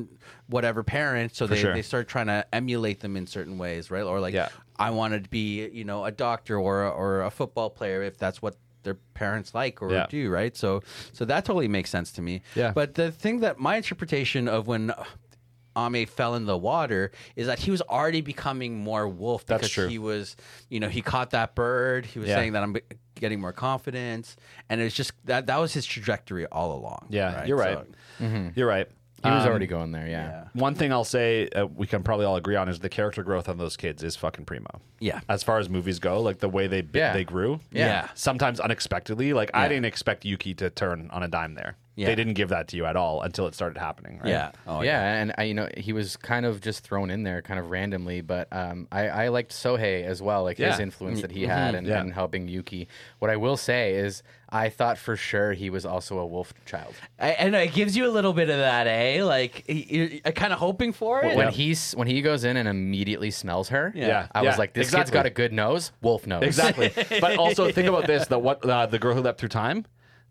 S3: whatever parent, so they
S2: sure.
S3: they start trying to emulate them in certain ways, right? Or like
S2: Yeah.
S3: I want to be, you know, a doctor or or a football player if that's what their parents like or
S2: Yeah.
S3: do, right? So so that totally makes sense to me.
S2: Yeah.
S3: But the thing that my interpretation of when uh, Ame fell in the water is that he was already becoming more wolf
S2: That's
S3: because
S2: true.
S3: he was, you know, he caught that bird. He was
S2: Yeah.
S3: saying that I'm be- getting more confidence, and it's just that that was his trajectory all along.
S2: Yeah, you're right.
S3: So,
S2: You're right.
S1: he was
S2: Um,
S1: already going there yeah,
S3: yeah.
S2: One thing I'll say uh, we can probably all agree on is the character growth on those kids is fucking primo.
S3: Yeah.
S2: As far as movies go, like the way they bi-
S1: Yeah.
S2: they grew.
S1: Yeah.
S3: Yeah.
S2: Sometimes unexpectedly. Like I didn't expect Yuki to turn on a dime there.
S3: Yeah.
S2: They didn't give that to you at all until it started happening. Right?
S3: Yeah. Oh,
S1: yeah, and I, you know he was kind of just thrown in there, kind of randomly. But um, I, I liked Sohei as well, like his
S2: Yeah. Mm, mm-hmm.
S1: influence that he had and,
S2: Yeah.
S1: and helping Yuki. What I will say is, I thought for sure he was also a wolf child.
S3: I, and it gives you a little bit of that, eh? Like y- y- you're kind of hoping for it.
S1: When he's when he goes in and immediately smells her,
S2: Yeah.
S1: I
S2: Yeah,
S1: was like, this kid's
S2: exactly.
S1: got a good nose, wolf nose.
S2: Exactly. but also think about this: the what uh, the girl who leapt through time,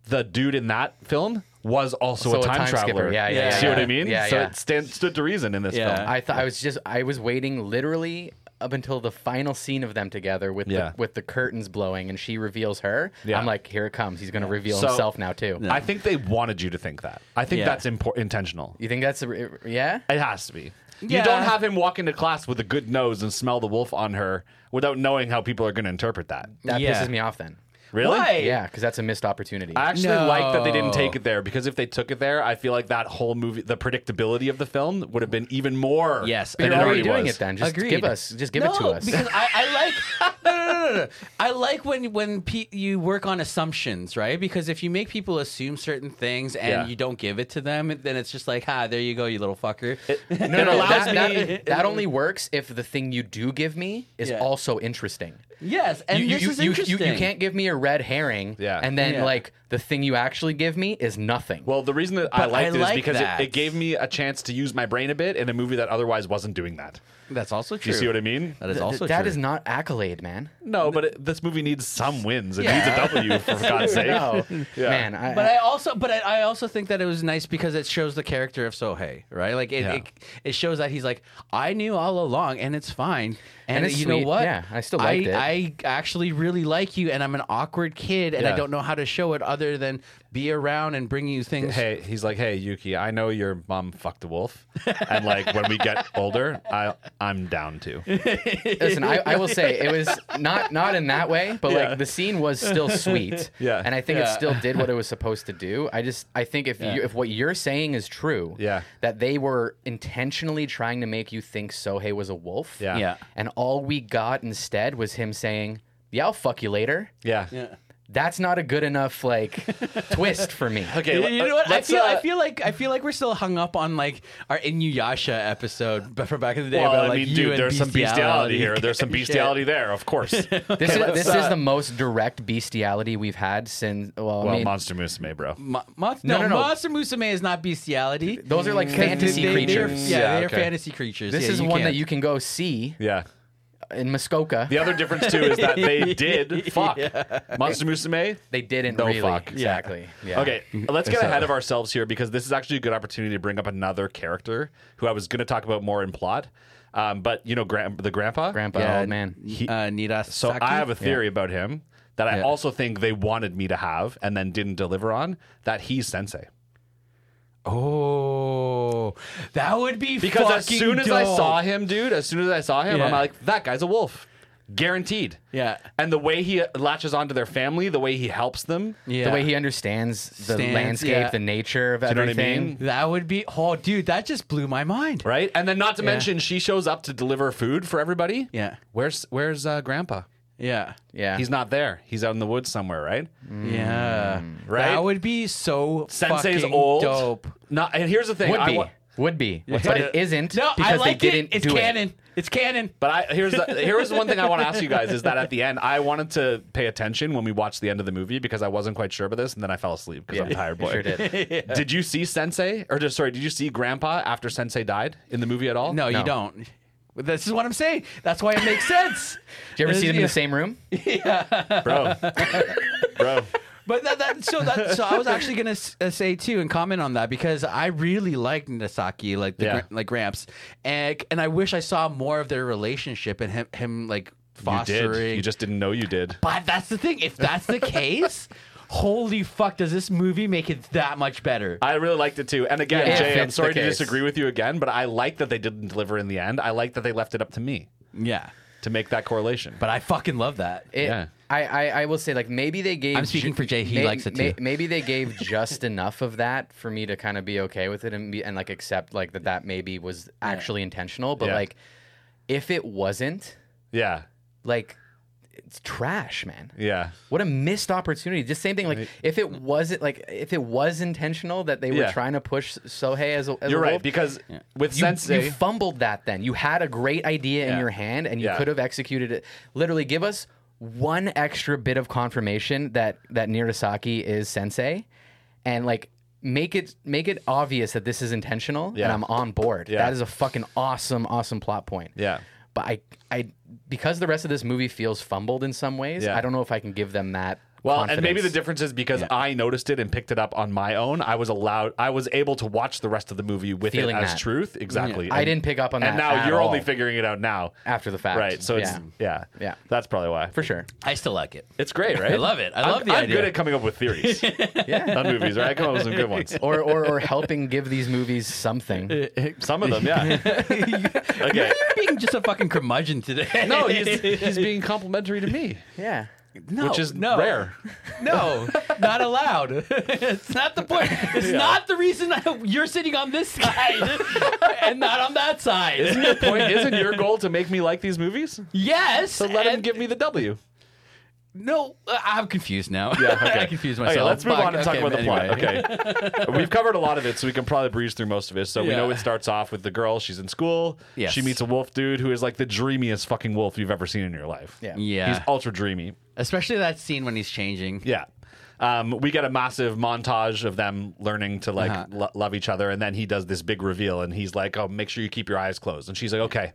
S2: the dude in that film was also
S1: So
S2: a time, traveler.
S1: skipper. Yeah, yeah,
S3: Yeah.
S1: yeah.
S2: See what
S1: yeah.
S2: I mean?
S1: Yeah,
S2: so
S1: yeah.
S2: it stand, stood to reason in this
S3: Yeah.
S2: film.
S1: I thought I was just I was waiting literally up until the final scene of them together with
S2: Yeah.
S1: the, with the curtains blowing and she reveals her.
S2: Yeah.
S1: I'm like, here it comes. He's going to reveal
S2: So-
S1: himself now too.
S2: I think they wanted you to think that. I think
S3: Yeah.
S2: that's impor- intentional.
S1: You think that's a, yeah?
S2: It has to be. You
S3: Yeah.
S2: don't have him walk into class with a good nose and smell the wolf on her without knowing how people are going to interpret that.
S1: That
S3: Yeah.
S1: pisses me off then.
S2: Really?
S3: Why?
S1: Yeah, because that's a missed opportunity.
S2: I actually like that they didn't
S3: No.
S2: take it there because if they took it there, I feel like that whole movie, the predictability of the film would have been even more.
S3: Yes,
S2: than
S3: but
S2: it
S1: Why are
S2: already
S1: you doing
S2: was.
S1: it then? Just
S3: Agreed.
S1: give us, just give
S3: no,
S1: it to us.
S3: because I, I like no, no, no, no, no. I like when when pe- you work on assumptions, right? Because if you make people assume certain things and
S2: Yeah.
S3: you don't give it to them, then it's just like, ha, there you go, you little fucker.
S1: no, no,
S2: allows
S1: that, that-
S3: me-
S1: that only works if the thing you do give me is
S3: Yeah.
S1: also interesting.
S3: yes, and
S1: you,
S3: this
S1: you,
S3: is
S1: you, you,
S3: interesting.
S1: you can't give me a red herring,
S2: Yeah.
S1: and then
S3: Yeah.
S1: like the thing you actually give me is nothing.
S2: Well, the reason that I
S3: But I
S2: liked it is
S3: like
S2: because it,
S3: that.
S2: it gave me a chance to use my brain a bit in a movie that otherwise wasn't doing that.
S3: That's also
S2: Do
S3: true.
S2: you see what I mean?
S3: That is
S1: Th-
S3: also
S1: that
S3: true.
S1: is not accolade, man.
S2: No, but it, this movie needs some wins. It
S1: Yeah.
S2: needs a W for God's sake.
S1: No,
S2: Yeah.
S1: man. I,
S3: But I also, but I, I also think that it was nice because it shows the character of Sohei, right? Like it,
S2: Yeah.
S3: it, it shows that he's like, I knew all along, and it's fine. And,
S1: And it's
S3: you
S1: sweet.
S3: know what?
S1: Yeah, I still liked
S3: I,
S1: it.
S3: I actually really like you, and I'm an awkward kid, and
S2: Yeah.
S3: I don't know how to show it other than be around and bring you things.
S2: Hey, he's like, hey, Yuki, I know your mom fucked a wolf, and like when we get older, I I'm down to.
S1: listen, I, I will say it was not not in that way, but
S2: Yeah.
S1: like the scene was still sweet.
S2: Yeah.
S1: And I think it
S3: Yeah.
S1: still did what it was supposed to do. I just I think if you, if what you're saying is true,
S2: Yeah.
S1: that they were intentionally trying to make you think Sohei was a wolf.
S2: Yeah.
S3: Yeah.
S1: And all we got instead was him saying, "Yeah, I'll fuck you later."
S2: Yeah.
S3: Yeah.
S1: That's not a good enough like twist for me.
S2: Okay,
S3: You-
S2: let-
S3: you know what? I
S2: let's,
S3: feel, I
S2: uh,
S3: feel like I feel like we're still hung up on like our Inuyasha episode but from back in the day.
S2: Well,
S3: about,
S2: I
S3: like,
S2: mean,
S3: you
S2: dude,
S3: and
S2: there's some bestiality here. There's some
S3: Shit.
S2: bestiality there, of course.
S1: This is
S2: let's,
S1: this
S2: uh,
S1: is the most direct bestiality we've had since. Well, I
S2: Well,
S1: mean,
S2: Monster Musume, bro.
S3: Mo- Mo-
S1: No,
S3: no,
S1: no, no.
S3: Monster Musume is not bestiality.
S1: those are like
S3: 'Cause
S1: fantasy
S3: they- they- they're-
S1: creatures.
S3: yeah,
S2: Yeah,
S3: they're
S2: okay.
S3: fantasy creatures.
S1: This
S3: Yeah,
S1: is one that
S3: can't-
S1: you can go see
S2: Yeah.
S1: in Muskoka.
S2: The other difference too is that they did fuck Monster Musume.
S1: They didn't
S2: No
S1: really.
S2: fuck.
S1: Exactly. Yeah.
S2: Okay, let's get ahead of ourselves here because this is actually a good opportunity to bring up another character who I was going to talk about more in plot. Um, but you know, gran- the grandpa, Oh,
S1: Grandpa,
S3: Yeah.
S1: old man.
S2: He-
S3: uh, Nida
S2: So
S3: Saki?
S2: I have a theory about him that I also think they wanted me to have and then didn't deliver on. That he's sensei.
S3: Oh, that would be
S2: Because as
S3: fucking
S2: soon as I
S3: dope.
S2: saw him, dude, as soon as I saw him, I'm
S3: Yeah.
S2: like, that guy's a wolf. Guaranteed.
S3: Yeah.
S2: And the way he latches onto their family, the way he helps them.
S3: yeah.
S1: The way he understands the
S3: Stands,
S1: landscape,
S3: yeah.
S1: the nature of
S2: You know what I
S1: everything.
S2: mean?
S3: that would be oh, dude, that just blew my mind.
S2: Right? And then not to mention she shows up to deliver food for everybody.
S3: Yeah,
S2: Where's where's uh, grandpa?
S3: yeah, Mm.
S1: Yeah.
S2: He's not there. He's out in the woods somewhere, right?
S3: yeah.
S2: Right?
S3: That would be so
S2: Sensei's
S3: fucking
S2: old.
S3: dope.
S2: Not and here's the thing.
S1: would
S2: I
S1: be.
S2: wa-
S1: would be. But it isn't
S3: No,
S1: because
S3: I like
S1: they didn't
S3: it. It's
S1: do
S3: canon. It's canon.
S2: But I, here's the, here's one thing I want to ask you guys is that at the end I wanted to pay attention when we watched the end of the movie because I wasn't quite sure about this and then I fell asleep because I'm
S1: Yeah,
S2: tired
S1: you
S2: boy.
S1: sure did.
S2: Did you see Sensei or just sorry? Did you see Grandpa after Sensei died in the movie at all?
S3: No,
S1: No.
S3: you don't. This is what I'm saying. That's why it makes sense.
S1: Did you ever see them in the same room?
S2: bro, bro.
S3: But that, that so that so I was actually gonna s- uh, say too and comment on that because I really like Nasaki like the,
S2: Yeah.
S3: gra- like Gramps and and I wish I saw more of their relationship and him him like
S2: You
S3: fostering.
S2: did. You just didn't know you did.
S3: But that's the thing. If that's the case, holy fuck, does this movie make it that much better?
S2: I really liked it too. And again,
S1: Yeah,
S2: Jay, I'm
S1: fits the
S2: sorry to
S1: case.
S2: disagree with you again, but I like that they didn't deliver in the end. I like that they left it up to me
S3: Yeah,
S2: to make that correlation.
S3: but I fucking love that.
S1: It-
S2: Yeah.
S1: I, I, I will say like maybe they gave.
S3: I'm speaking for Jay, he likes it too.
S1: maybe they gave just enough of that for me to kind of be okay with it and be, and like accept like that that maybe was actually intentional. But
S2: Yeah.
S1: like, if it wasn't,
S2: yeah,
S1: like, it's trash, man.
S2: yeah.
S1: What a missed opportunity. Just same thing. Like if it wasn't like if it was intentional that they were
S2: Yeah.
S1: trying to push Sohei as a, as a
S2: You're right
S1: wolf,
S2: because with
S1: you,
S2: Sensei,
S1: you fumbled that then. You had a great idea in
S2: Yeah.
S1: your hand and you
S2: Yeah.
S1: could have executed it. Literally give us one extra bit of confirmation that that Nirasaki is sensei and like make it make it obvious that this is intentional and
S2: Yeah.
S1: I'm on board.
S2: Yeah.
S1: That is a fucking awesome awesome plot point.
S2: yeah.
S1: But I I because the rest of this movie feels fumbled in some ways,
S2: Yeah.
S1: I don't know if I can give them that
S2: Well, and
S1: confidence.
S2: maybe the difference is because I noticed it and picked it up on my own. I was allowed, I was able to watch the rest of the movie with
S1: Feeling
S2: it as
S1: that.
S2: truth. Exactly.
S1: I
S2: And-
S1: didn't pick up on that.
S2: And now
S1: at
S2: you're only
S1: all
S2: figuring it out now.
S1: after the fact.
S2: Right. So it's,
S1: Yeah.
S2: yeah. yeah.
S1: Yeah.
S2: That's probably why.
S1: for sure.
S3: I still like it.
S2: It's great, right?
S3: I love it. I
S2: I'm-
S3: love the
S2: I'm
S3: idea.
S2: good at coming up with theories
S1: Yeah.
S2: on movies, right? I come up with some good ones.
S1: or, or or helping give these movies something.
S2: Some of them, yeah. okay.
S3: Being just a fucking curmudgeon today.
S2: No, he's, he's being complimentary to me,
S1: Yeah.
S3: No,
S2: which is
S3: no.
S2: rare.
S3: No, not allowed. it's not the point. It's not the reason I, you're sitting on this side and not on that side.
S2: Isn't your point? Isn't your goal to make me like these movies?
S3: yes.
S2: So let him
S3: and-
S2: give me the W.
S3: No, uh, I'm confused now. I confused myself.
S2: Okay, let's move
S3: Fuck,
S2: on and talk
S3: okay,
S2: about the plot.
S3: anyway.
S2: Okay, we've covered a lot of it, so we can probably breeze through most of it. So we
S3: Yeah.
S2: know it starts off with the girl. She's in school.
S3: Yes.
S2: She meets a wolf dude who is like the dreamiest fucking wolf you've ever seen in your life.
S1: Yeah.
S3: Yeah.
S2: He's ultra dreamy.
S3: Especially that scene when he's changing.
S2: Yeah. Um, we get a massive montage of them learning to like
S3: Uh-huh.
S2: lo- love each other, and then he does this big reveal, and he's like, "Oh, make sure you keep your eyes closed." And she's like, "Okay,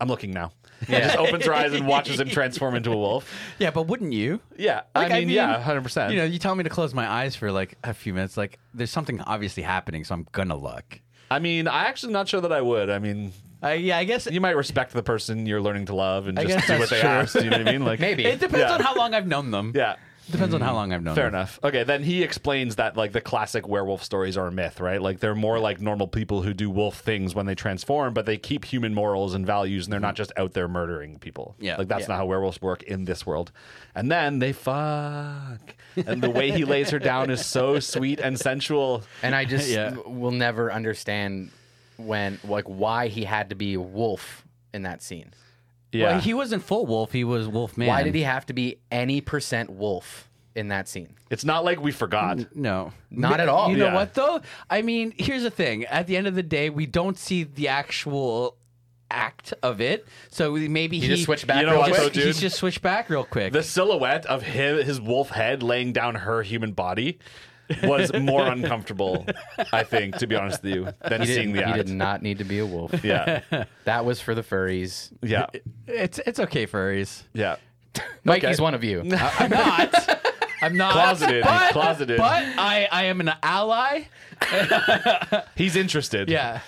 S2: I'm looking now." And just opens her eyes and watches him transform into a wolf.
S3: Yeah, but wouldn't you?
S2: Yeah,
S3: Like,
S2: I, mean, yeah, hundred percent.
S3: You know, you tell me to close my eyes for like a few minutes. Like, there's something obviously happening, so I'm gonna look.
S2: I mean, I actually not sure that I would. I mean,
S3: Uh, yeah, I guess
S2: you might respect the person you're learning to love and
S3: I
S2: just
S3: guess
S2: do what
S3: that's
S2: they
S3: true.
S2: ask. You know what I mean? Like
S1: Maybe.
S3: it depends
S2: Yeah.
S3: on how long I've known them.
S2: Yeah. Mm.
S3: depends on how long I've known.
S2: Fair
S3: them.
S2: enough. Okay, then he explains that like the classic werewolf stories are a myth, right? Like they're more like normal people who do wolf things when they transform, but they keep human morals and values, and they're not just out there murdering people.
S3: Mm-hmm. Yeah.
S2: like that's not how werewolves work in this world. And then they fuck, and the way he lays her down is so sweet and sensual.
S1: And I just
S3: Yeah.
S1: w- will never understand when like why he had to be a wolf in that scene.
S2: Yeah,
S3: Well, he wasn't full wolf. He was wolf man.
S1: Why did he have to be any percent wolf? in that scene.
S2: It's not like we forgot.
S3: No,
S1: Not at all.
S3: You know
S2: Yeah.
S3: what though? I mean, here's the thing. At the end of the day, we don't see the actual act of it. So we- maybe he,
S1: You just switch back
S2: You know
S1: real
S2: what,
S1: quick.
S2: though,
S3: Just,
S2: dude?
S3: he's just switched back real quick.
S2: The silhouette of him, his wolf head laying down her human body was more uncomfortable, I think, to be honest with you, than
S1: He
S2: seeing
S1: did,
S2: the
S1: he
S2: act.
S1: did not need to be a wolf.
S2: Yeah.
S1: That was for the furries.
S2: Yeah.
S3: it's it's okay, furries.
S2: Yeah.
S1: Mike, he's one of you.
S3: I'm not. I'm not
S2: Closeted.
S3: But,
S2: Closeted.
S3: But I, I am an ally.
S2: He's interested.
S3: Yeah.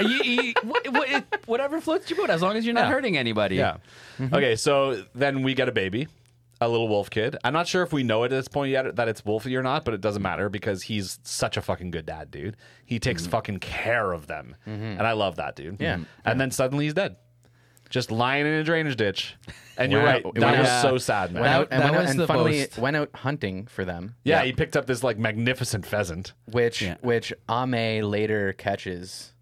S3: you, you- wh- wh- it- whatever floats your boat, as long as you're not
S2: Yeah.
S3: hurting anybody.
S2: Yeah. Okay, so then we get a baby, a little wolf kid. I'm not sure if we know at this point yet that it's Wolfie or not, but it doesn't matter because he's such a fucking good dad, dude. He takes fucking care of them. And I love that, dude.
S1: Yeah.
S2: And then suddenly he's dead. Just lying in a drainage ditch. And you're
S1: Wow.
S2: right. That
S1: Wow.
S2: was so sad, man.
S1: Went out, and
S3: that
S1: went out,
S3: was
S1: and
S3: the
S1: funnily
S3: most-
S1: went out hunting for them.
S2: yeah, he picked up this like magnificent pheasant.
S1: which which Ame later catches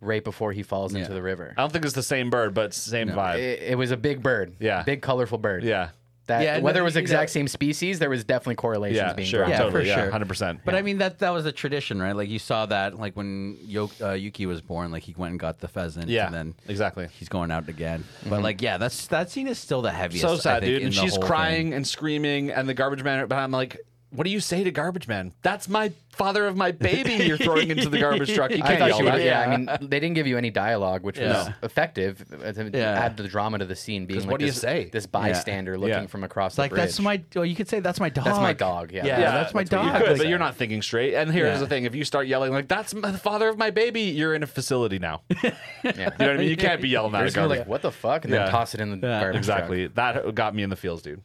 S1: right before he falls into the river.
S3: Uh,
S2: I don't think it's the same bird, but it's the same vibe.
S1: It, it was a big bird,
S2: Yeah.
S1: big colorful bird.
S2: yeah.
S1: that
S3: Yeah,
S1: whether it
S3: no,
S1: was
S3: you
S1: exact
S3: know-
S1: same species, there was definitely correlations
S2: Yeah,
S1: being
S2: sure.
S1: drawn.
S3: Yeah,
S2: totally.
S3: for
S2: yeah,
S3: sure.
S2: 100%.
S3: But I mean that that was the tradition, right? Like you saw that, like when Yo- uh, Yuki was born, like he went and got the pheasant,
S2: yeah,
S3: and then
S2: exactly.
S3: he's going out again. But like, yeah, that's that scene is still the heaviest.
S2: Mm-hmm. so
S3: I
S2: sad,
S3: think,
S2: dude.
S3: in
S2: And
S3: the
S2: she's
S3: whole thing.
S2: crying and screaming, and the garbage man. But I'm like, what do you say to garbage man? That's my father of my baby. You're throwing into the garbage truck. You
S1: I
S2: can't
S1: thought
S2: yell
S1: you would,
S2: that.
S1: yeah. I mean, they didn't give you any dialogue, which was
S3: No.
S1: effective uh, to
S3: Yeah.
S1: add the drama to the scene. Being like
S2: what do you
S1: this,
S2: say?
S1: This bystander looking
S2: Yeah.
S1: from across
S3: Like
S1: the bridge.
S3: that's my. Well, you could say that's my dog.
S1: That's my dog. Yeah,
S3: Yeah, that's my
S1: what you
S2: You
S3: dog.
S1: could
S2: could,
S3: like-
S2: but you're not thinking straight. And here's
S3: Yeah.
S2: the thing: if you start yelling like "That's my, the father of my baby," you're in a facility now. You
S1: say. Yeah.
S2: know what I mean? You can't be yelling that.
S1: They're
S2: at
S1: just gonna be
S2: garbage.
S1: like, what the fuck, and
S2: Yeah.
S1: then toss it in the garbage.
S2: exactly. That got me in the fields, dude.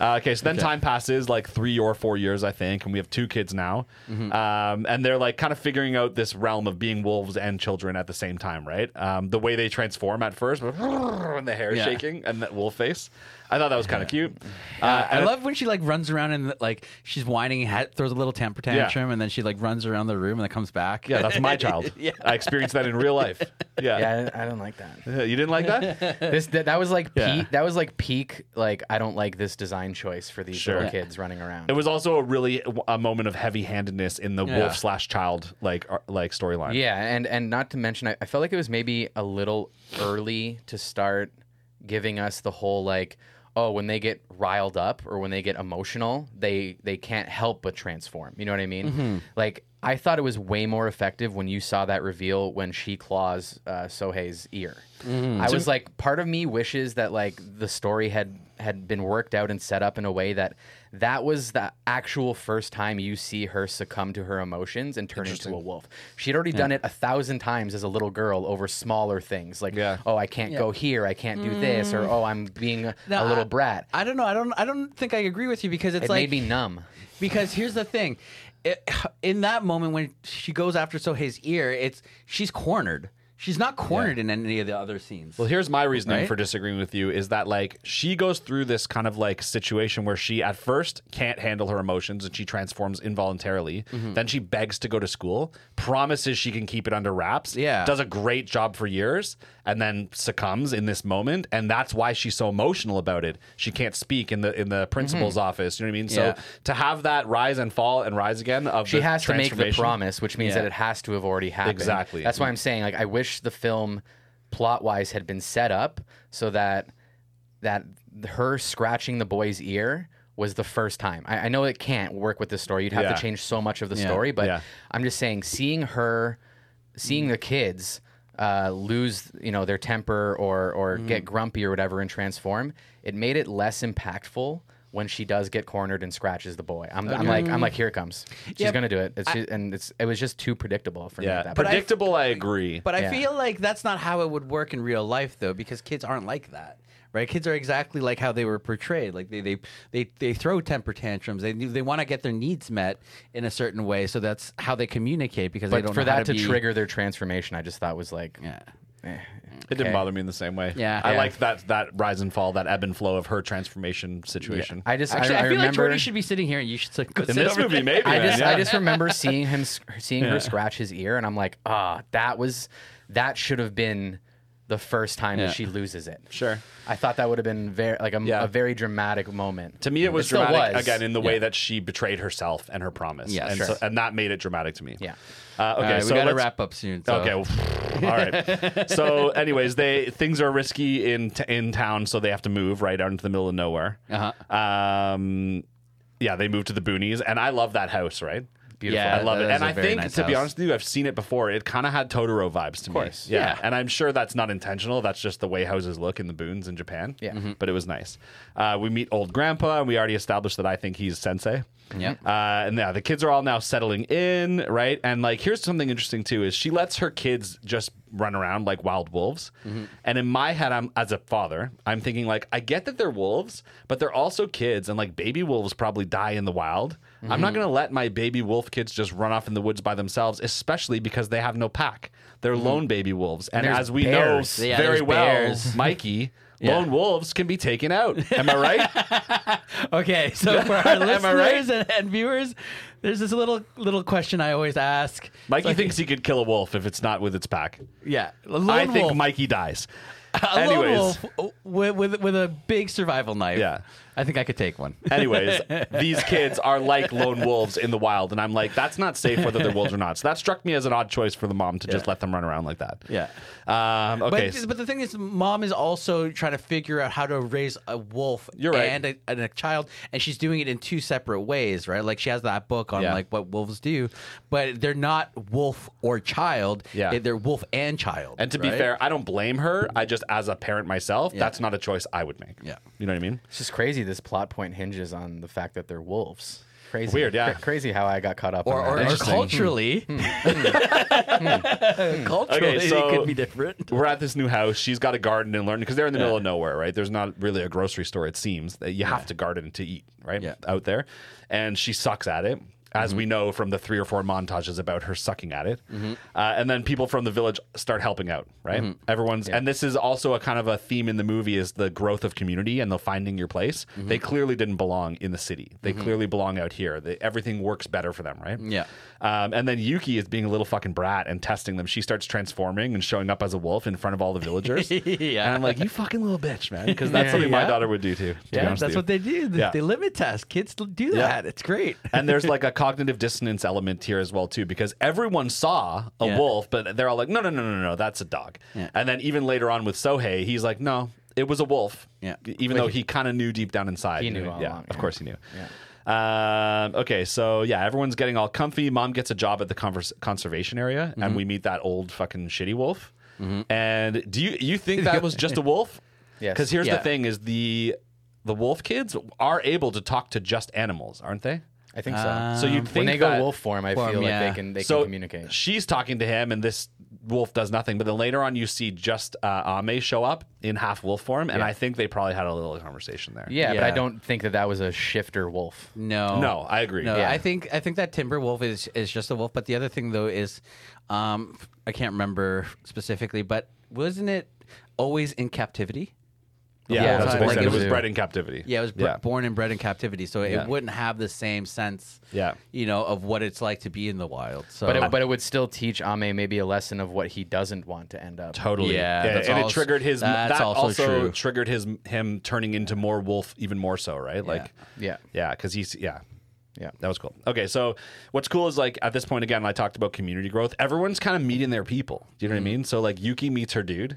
S2: Uh, okay, so then time passes like three or four years, I think, and we have two kids now, um, and they're like kind of figuring out this realm of being wolves and children at the same time, right? Um, the way they transform at first, and the hair
S3: Yeah.
S2: shaking and that wolf face. I thought that was kind of cute. Uh,
S3: I
S2: and-
S3: love when she like runs around and like she's whining, ha- throws a little temper tantrum, and then she like runs around the room and then comes back.
S2: Yeah, that's my child. I experienced that in real life. Yeah.
S1: truck. Yeah, I I don't like that.
S2: You didn't like that?
S1: This that, that was like
S3: Yeah.
S1: peak, that was like peak. Like I don't like this design choice for these
S2: Sure.
S1: little
S2: Yeah.
S1: kids running around.
S2: It was also a really a moment of heavy handedness in the wolf slash child like ar- like storyline.
S1: yeah, and and not to mention, I, I felt like it was maybe a little early to start giving us the whole like, oh, when they get riled up or when they get emotional, they they can't help but transform. You know what I mean? Like I thought it was way more effective when you saw that reveal when she claws uh, Sohei's ear. I was like, part of me wishes that like the story had had been worked out and set up in a way that that was the actual first time you see her succumb to her emotions and turn into a wolf. She'd already done it a thousand times as a little girl over smaller things like,
S2: Yeah.
S1: oh, I can't go here, I can't do this, or oh, I'm being a-
S3: Now,
S1: a little
S3: Mm. I-
S1: brat.
S3: I don't know. I don't. I don't think I agree with you because it's
S1: it
S3: like
S1: made me numb.
S3: Because here's the thing, it, in that moment when she goes after Sohei's ear, it's she's cornered. She's not cornered in any of the other scenes.
S2: Well, here's my reasoning
S3: Right?
S2: for disagreeing with you is that like she goes through this kind of like situation where she at first can't handle her emotions and she transforms involuntarily.
S1: Mm-hmm.
S2: Then she begs to go to school, promises she can keep it under wraps,
S3: Yeah.
S2: does a great job for years, and then succumbs in this moment. And that's why she's so emotional about it. She can't speak in the in the principal's
S1: Mm-hmm.
S2: office. You know what I mean?
S3: Yeah.
S2: So to have that rise and fall and rise again of
S1: she
S2: the
S1: has to make the
S2: transformation-
S1: promise, which means
S3: Yeah.
S1: that it has to have already happened.
S2: Exactly.
S1: That's why I'm saying like I wish the film plot wise had been set up so that that her scratching the boy's ear was the first time. I, I know it can't work with the story. You'd have
S2: Yeah.
S1: to change so much of the story, but
S2: Yeah.
S1: I'm just saying seeing her
S3: Mm.
S1: seeing the kids uh, lose you know their temper or or
S3: Mm.
S1: get grumpy or whatever and transform it made it less impactful when she does get cornered and scratches the boy i'm, I'm like i'm
S3: Mm.
S1: like here it comes she's gonna do it it's ju- and it's it was just too predictable for me at
S2: Yeah,
S1: that point.
S2: predictable. I, agree.
S3: but I
S1: yeah.
S3: feel like that's not how it would work in real life, though, because kids aren't like that. Right, kids are exactly like how they were portrayed. Like they they they, they throw temper tantrums. They they want to get their needs met in a certain way, so that's how they communicate. Because they
S1: but
S3: don't
S1: for
S3: know how
S1: that to,
S3: be-
S1: trigger their transformation i just thought was like
S3: Yeah.
S2: It didn't bother me in the same way.
S3: Yeah.
S2: I
S3: Yeah.
S2: liked that that rise and fall, that ebb and flow of her transformation situation.
S1: i just
S3: Actually, I,
S1: I,
S3: feel like
S1: remember
S3: Jordy should be sitting here, and you should sit- go
S2: in
S3: sit
S2: this
S3: over
S2: movie,
S3: there.
S2: maybe.
S1: I
S2: man,
S1: just
S2: yeah.
S1: I just remember seeing him seeing her scratch his ear, and I'm like, ah, that was that should have been the first time
S8: Yeah.
S1: that she loses it.
S2: Sure.
S1: I thought that would have been very like a,
S2: Yeah.
S1: a very dramatic moment.
S2: To me, it was
S1: still
S2: dramatic
S1: was.
S2: again in the way that she betrayed herself and her promise.
S8: Yeah,
S2: and,
S1: sure.
S2: and that made it dramatic to me.
S1: Yeah.
S2: Uh, okay,
S8: All right,
S2: so
S8: we got to
S2: let's-
S8: wrap up soon. So.
S2: Okay. well, all right. So, anyways, they things are risky in t- in town, so they have to move right out into the middle of nowhere.
S8: Uh-huh.
S2: Um, yeah, they move to the boonies, and I love that house. Right.
S1: Beautiful.
S8: Yeah,
S2: I love
S8: that
S2: it,
S8: is
S2: and
S8: a
S2: I
S8: very
S2: think
S8: nice
S2: to be
S8: house.
S2: honest with you, I've seen it before. It kind of had Totoro vibes to me.
S1: course.
S2: Yeah.
S8: Yeah.
S2: and I'm sure that's not intentional. That's just the way houses look in the boons in Japan.
S1: Yeah. Mhm.
S2: but it was nice. Uh, we meet old grandpa, and we already established that I think he's sensei.
S8: Yep.
S2: Uh, and yeah, the kids are all now settling in, right? And like, here's something interesting too: is she lets her kids just run around like wild wolves. And in my head, I'm as a father, I'm thinking like, I get that they're wolves, but they're also kids, and like baby wolves probably die in the wild. I'm not gonna let my baby wolf kids just run off in the woods by themselves, especially because they have no pack. They're
S3: Mm-hmm.
S2: lone baby wolves, and
S1: there's
S2: as we
S1: bears.
S2: know
S8: Yeah,
S2: very
S8: there's
S2: well,
S8: bears.
S2: Mikey. Lone wolves can be taken out. Am I right?
S3: Okay, so for our
S2: Am I right?
S3: listeners and, and viewers, there's this little little question I always ask.
S2: Mikey thinks he could kill a wolf if it's not with its pack.
S3: Yeah, a lone
S2: I think
S3: wolf-
S2: Mikey dies.
S3: a lone
S2: anyways,
S3: wolf with, with with a big survival knife.
S2: Yeah.
S3: I think I could take one.
S2: anyways, these kids are like lone wolves in the wild, and I'm like, that's not safe whether they're wolves or not. So that struck me as an odd choice for the mom to just let them run around like that.
S3: Yeah.
S2: Um,
S3: But,
S2: okay.
S3: but the thing is, mom is also trying to figure out how to raise a wolf
S2: You're right.
S3: and, a, and a child, and she's doing it in two separate ways, right? Like she has that book on
S2: Yeah.
S3: like what wolves do, but they're not wolf or child. eh,
S2: Yeah.
S3: they're wolf and child.
S2: and to be
S3: right?
S2: fair, I don't blame her. I just, as a parent myself, that's not a choice I would make.
S3: Yeah.
S2: You know what I mean?
S1: It's just crazy. This plot point hinges on the fact that they're wolves. Crazy.
S2: Weird, yeah.
S1: Cra- crazy how I got caught up.
S3: or,
S1: on that.
S3: or, or
S2: Hmm. Interesting. Hmm.
S3: culturally, culturally,
S2: Okay, so-
S3: it could be different.
S2: We're at this new house. She's got a garden and learn because they're in the middle of nowhere, right? There's not really a grocery store. It seems that you have to garden to eat, right?
S3: Yeah.
S2: Out there, and she sucks at it, as we know from the three or four montages about her sucking at it. Uh, and then people from the village start helping out, right? Everyone's and this is also a kind of a theme in the movie is the growth of community and the finding your place. They clearly didn't belong in the city. They clearly belong out here. They, everything works better for them, right?
S3: Yeah.
S2: Um, and then Yuki is being a little fucking brat and testing them. She starts transforming and showing up as a wolf in front of all the villagers.
S3: Yeah.
S2: And I'm like, you fucking little bitch, man. Because that's something my
S3: Yeah.
S2: daughter would do too. to be
S3: Yeah,
S2: honest with
S3: that's
S2: you.
S3: what they do. They,
S2: Yeah.
S3: they limit test. Kids do that. It's great.
S2: and there's like a cognitive dissonance element here as well too because everyone saw a
S3: Yeah.
S2: wolf but they're all like no no no no no that's a dog
S3: Yeah.
S2: and then even later on with sohei he's like no it was a wolf
S3: Yeah.
S2: even though he kind of knew deep down inside
S1: He
S2: you
S1: knew
S2: know,
S1: all
S2: yeah
S1: along,
S2: of
S1: yeah.
S2: course he knew um, okay so yeah everyone's getting all comfy mom gets a job at the converse, conservation area
S1: Mm-hmm.
S2: and we meet that old fucking shitty wolf and do you you think that was just a wolf
S1: Yes.
S2: because here's
S3: Yeah.
S2: the thing is the the wolf kids are able to talk to just animals aren't they
S1: I think so.
S2: so you'd
S1: Um, when
S2: uh, think
S1: they go
S2: that-
S1: wolf form, I
S3: form,
S1: feel like
S3: yeah.
S1: they can they
S2: so
S1: can communicate.
S2: She's talking to him, and this wolf does nothing. But then later on, you see just uh, Ame show up in half wolf form, and I think they probably had a little conversation there.
S1: Yeah, but I
S3: Yeah.
S1: don't think that that was a shifter wolf.
S3: No,
S2: No, I agree.
S3: No,
S2: Yeah.
S3: I think I think that timber wolf is is just a wolf. But the other thing though is, um, I can't remember specifically, but wasn't it always in captivity?
S2: yeah,
S1: Yeah,
S2: that's
S1: it's
S2: what they
S1: like
S2: said.
S1: a
S2: It was
S1: zoo.
S2: bred in captivity.
S3: Yeah, it was br-
S2: yeah.
S3: born and bred in captivity, so
S2: Yeah.
S3: it wouldn't have the same sense.
S2: Yeah.
S3: you know of what it's like to be in the wild. So,
S1: But it, but it would still teach Ame maybe a lesson of what he doesn't want to end up.
S2: Totally.
S3: Yeah, that's
S2: and it
S3: also-
S2: triggered his.
S3: that's
S2: that
S3: also true.
S2: triggered his him turning into more wolf, even more so. Right. Like.
S1: Yeah.
S2: Yeah, because he's yeah.
S1: Yeah.
S2: That was cool. Okay, so what's cool is like at this point again, I talked about community growth. Everyone's kind of meeting their people. Do you know what I mean? So like Yuki meets her dude,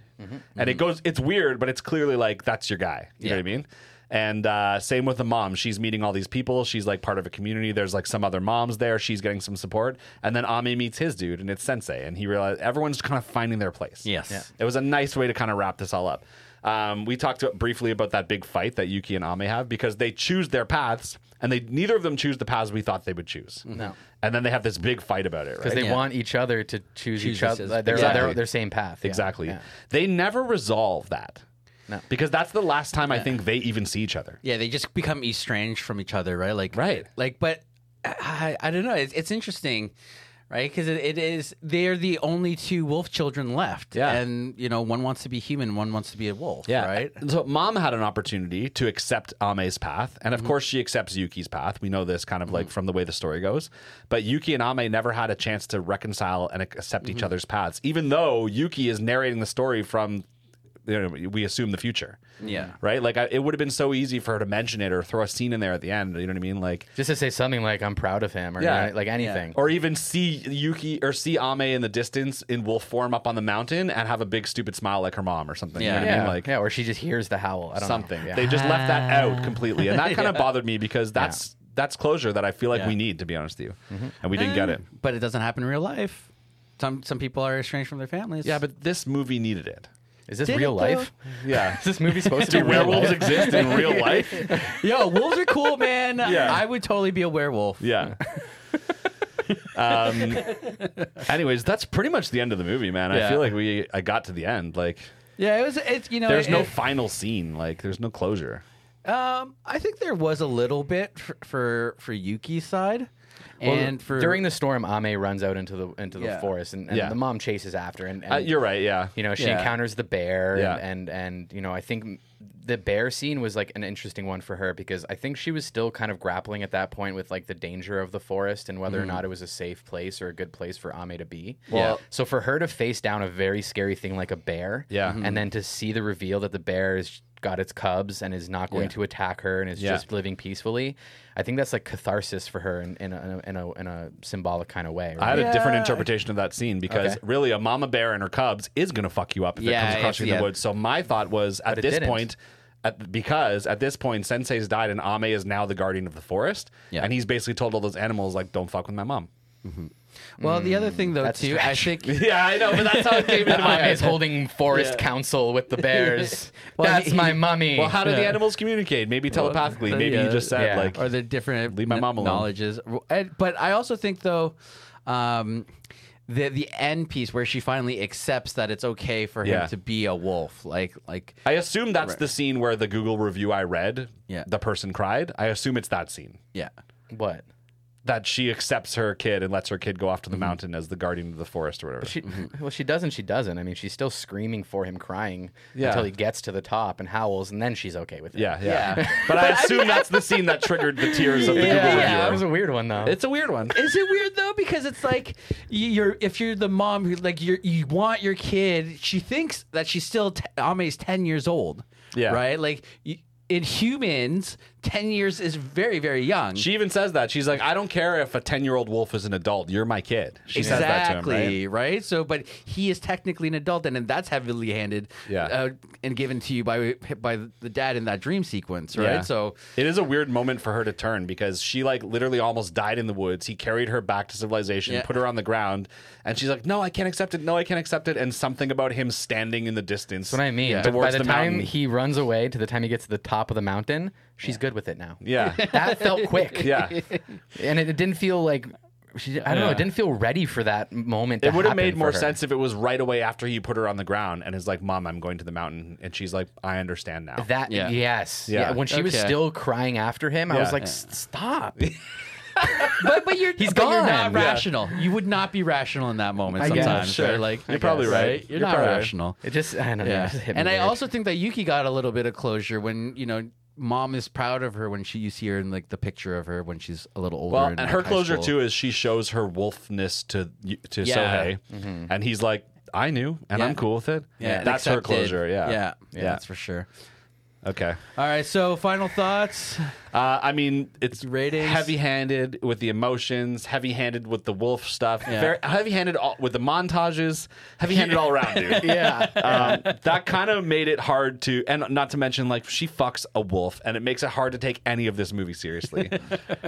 S2: and it goes. It's weird, but it's clearly like that's your guy. You know what I mean? And uh, same with the mom. She's meeting all these people. She's like part of a community. There's like some other moms there. She's getting some support. And then Ami meets his dude, and it's Sensei. And he realized everyone's kind of finding their place.
S3: Yes. Yeah.
S2: It was a nice way to kind of wrap this all up. Um, we talked briefly about that big fight that Yuki and Ame have because they choose their paths and they neither of them choose the paths we thought they would choose. No. And then they have this big fight about it, right?
S1: Because they want each other to choose,
S3: Choose
S1: each
S3: this
S1: other.
S3: as-
S1: They're, they're-
S2: Exactly.
S1: their same path. yeah.
S2: exactly.
S1: Yeah.
S2: They never resolve that.
S1: No.
S2: Because that's the last time I think they even see each other.
S3: yeah, they just become estranged from each other, right? Like,
S2: Right.
S3: like, but I, I don't know. It's, it's interesting. Right, because it, it is they're the only two wolf children left,
S2: Yeah.
S3: and you know one wants to be human, one wants to be a wolf, right?
S2: And So mom had an opportunity to accept Ame's path, and of course she accepts Yuki's path. We know this kind of like from the way the story goes. But Yuki and Ame never had a chance to reconcile and ac- accept each other's paths, even though Yuki is narrating the story from you know, we assume the future.
S9: Yeah.
S2: Right. Like I, it would have been so easy for her to mention it or throw a scene in there at the end. You know what I mean? Like
S1: Just to say something like I'm proud of him or
S2: Yeah.
S1: you know, like anything.
S2: or even see Yuki or see Ame in the distance in wolf form up on the mountain and have a big stupid smile like her mom or something. You know what I
S1: yeah,
S2: mean? Like
S1: yeah, or she just hears the howl. I don't know.
S2: something.
S1: Yeah.
S2: They just left that out completely, and that kind of bothered me because that's that's closure that I feel like we need to be honest with you, and we didn't get it.
S3: But it doesn't happen in real life. Some some people are estranged from their families.
S2: Yeah, but this movie needed it.
S1: Is this
S3: Did
S1: real
S3: it,
S1: life?
S2: Yeah.
S1: Is this movie supposed to be real
S2: Werewolves
S1: life?
S2: exist in real life.
S3: Yo, wolves are cool, man.
S2: Yeah.
S3: I would totally be a werewolf.
S2: Yeah. um, anyways, that's pretty much the end of the movie, man. I
S3: Yeah.
S2: feel like we I got to the end. Like,
S3: Yeah, it was. It's you know.
S2: there's
S3: it-
S2: no final scene. Like, there's no closure.
S3: Um, I think there was a little bit for for, for Yuki's side, and for
S1: during the storm, Ame runs out into the into the
S3: Yeah.
S1: forest, and, and
S2: Yeah.
S1: the mom chases after. And, and
S2: Uh, you're right. Yeah.
S1: you know she
S3: Yeah.
S1: encounters the bear
S2: Yeah.
S1: and, and and you know i think the bear scene was like an interesting one for her because i think she was still kind of grappling at that point with like the danger of the forest and whether or not it was a safe place or a good place for ame to be
S2: Mm-hmm. Well-
S1: so for her to face down a very scary thing like a bear
S2: Yeah.
S1: and then to see the reveal that the bear has got its cubs and is not going to attack her and is
S2: Yeah.
S1: just living peacefully i think that's like catharsis for her in, in, a, in, a, in, a, in a symbolic kind of way right?
S2: I had a different
S3: Yeah.
S2: interpretation of that scene because
S1: Okay.
S2: really a mama bear and her cubs is going to fuck you up if
S3: Yeah,
S2: it comes across
S3: it's-
S2: you in the
S3: yeah.
S2: woods. So my thought was at
S1: it
S2: this
S1: didn't.
S2: point, at, because at this point Sensei's died and Ame is now the guardian of the forest, and he's basically told all those animals like, "Don't fuck with my mom."
S3: well, the
S2: Mm,
S3: other thing though
S1: that's
S3: too, I think.
S2: Yeah, I know, but that's how it came into my
S1: Ame
S2: head.
S1: is holding forest council with the bears.
S3: Well,
S1: That's
S3: he- he-
S1: my mummy.
S2: Well, how do the animals communicate? Maybe telepathically.
S3: uh,
S2: Maybe he
S3: yeah,
S2: just said
S1: yeah.
S2: like,
S3: Or the different
S2: Leave my mom alone.
S3: knowledges. And- But I also think though, um, the the end piece where she finally accepts that it's okay for him
S2: Yeah.
S3: to be a wolf, like like
S2: I assume that's the scene where the Google review I read,
S3: Yeah.
S2: the person cried. I assume it's that scene
S3: yeah.
S1: what?
S2: that she accepts her kid and lets her kid go off
S3: Mm-hmm.
S2: to the mountain as the guardian of the forest or whatever.
S1: She, Well, she doesn't. She doesn't. I mean, she's still screaming for him, crying
S2: Yeah.
S1: until he gets to the top and howls, and then she's okay with it.
S2: yeah, yeah.
S3: Yeah.
S2: but I assume that's the scene that triggered the tears of the Google
S1: yeah.
S2: reviewer.
S1: That was a weird one though.
S2: It's a weird one.
S3: Is it weird though? Because it's like you- you're if you're the mom who like you you want your kid. She thinks that she's still t- Ame's ten years old.
S2: Yeah.
S3: Right. Like you, in humans, ten years is very very young.
S2: She even says that. She's like, I don't care if a 10 year old wolf is an adult. You're my kid. She says
S3: exactly.
S2: that to him. Right?
S3: right? So, but he is technically an adult, and, and that's heavily handed.
S2: Yeah.
S3: Uh, and given to you by by the dad in that dream sequence, right?
S2: Yeah.
S3: So.
S2: it is a weird moment for her to turn because she like literally almost died in the woods. He carried her back to civilization,
S3: Yeah.
S2: put her on the ground, and she's like, "No, I can't accept it. No, I can't accept it." And something about him standing in the distance.
S1: That's what I mean. But by
S2: towards
S1: the,
S2: the
S1: time
S2: mountain.
S1: he runs away to the time he gets to the top of the mountain, she's good with it now.
S2: Yeah.
S1: That felt quick.
S2: yeah.
S1: And it, it didn't feel like she I don't know,
S2: Yeah.
S1: it didn't feel ready for that moment. to
S2: It would have
S1: happen
S2: made
S1: for
S2: more
S1: her.
S2: sense if it was right away after he put her on the ground and is like, "Mom, I'm going to the mountain," and she's like, "I understand now."
S1: That
S3: Yeah.
S1: yes. Yeah.
S2: Yeah.
S1: When she was
S3: Okay.
S1: still crying after him, I
S2: Yeah.
S1: was like, "S- stop.
S3: But, but you're
S1: He's
S3: but You're
S1: gone.
S3: not
S1: Yeah.
S3: rational. You would not be rational in that moment.
S1: I guess,
S3: sometimes,
S2: sure.
S3: right? Like
S2: You're probably right.
S3: You're,
S2: You're
S3: not
S2: probably right.
S3: rational.
S1: It just I don't know. it
S3: Yeah,
S1: just hit me
S3: and I
S1: weird.
S3: also think that Yuki got a little bit of closure when you know mom is proud of her when she you see her in like the picture of her when she's a little older.
S2: Well,
S3: and,
S2: and
S3: like,
S2: her
S3: high
S2: closure
S3: school.
S2: too is she shows her wolfness to to
S3: Yeah. Mm-hmm.
S2: Sohei, and he's like, "I knew, and
S3: Yeah.
S2: I'm cool with it."
S3: Yeah, and
S2: that's her
S3: accepted.
S2: closure. Yeah,
S3: yeah,
S2: Yeah.
S3: yeah, that's for sure.
S2: Okay.
S3: All right, so final thoughts.
S2: Uh, I mean, it's
S3: Ratings?
S2: heavy-handed with the emotions, heavy-handed with the wolf stuff, very heavy-handed all, with the montages, heavy-handed all around, dude.
S1: yeah.
S2: Um, that kind of made it hard to, and not to mention, like she fucks a wolf, and it makes it hard to take any of this movie seriously.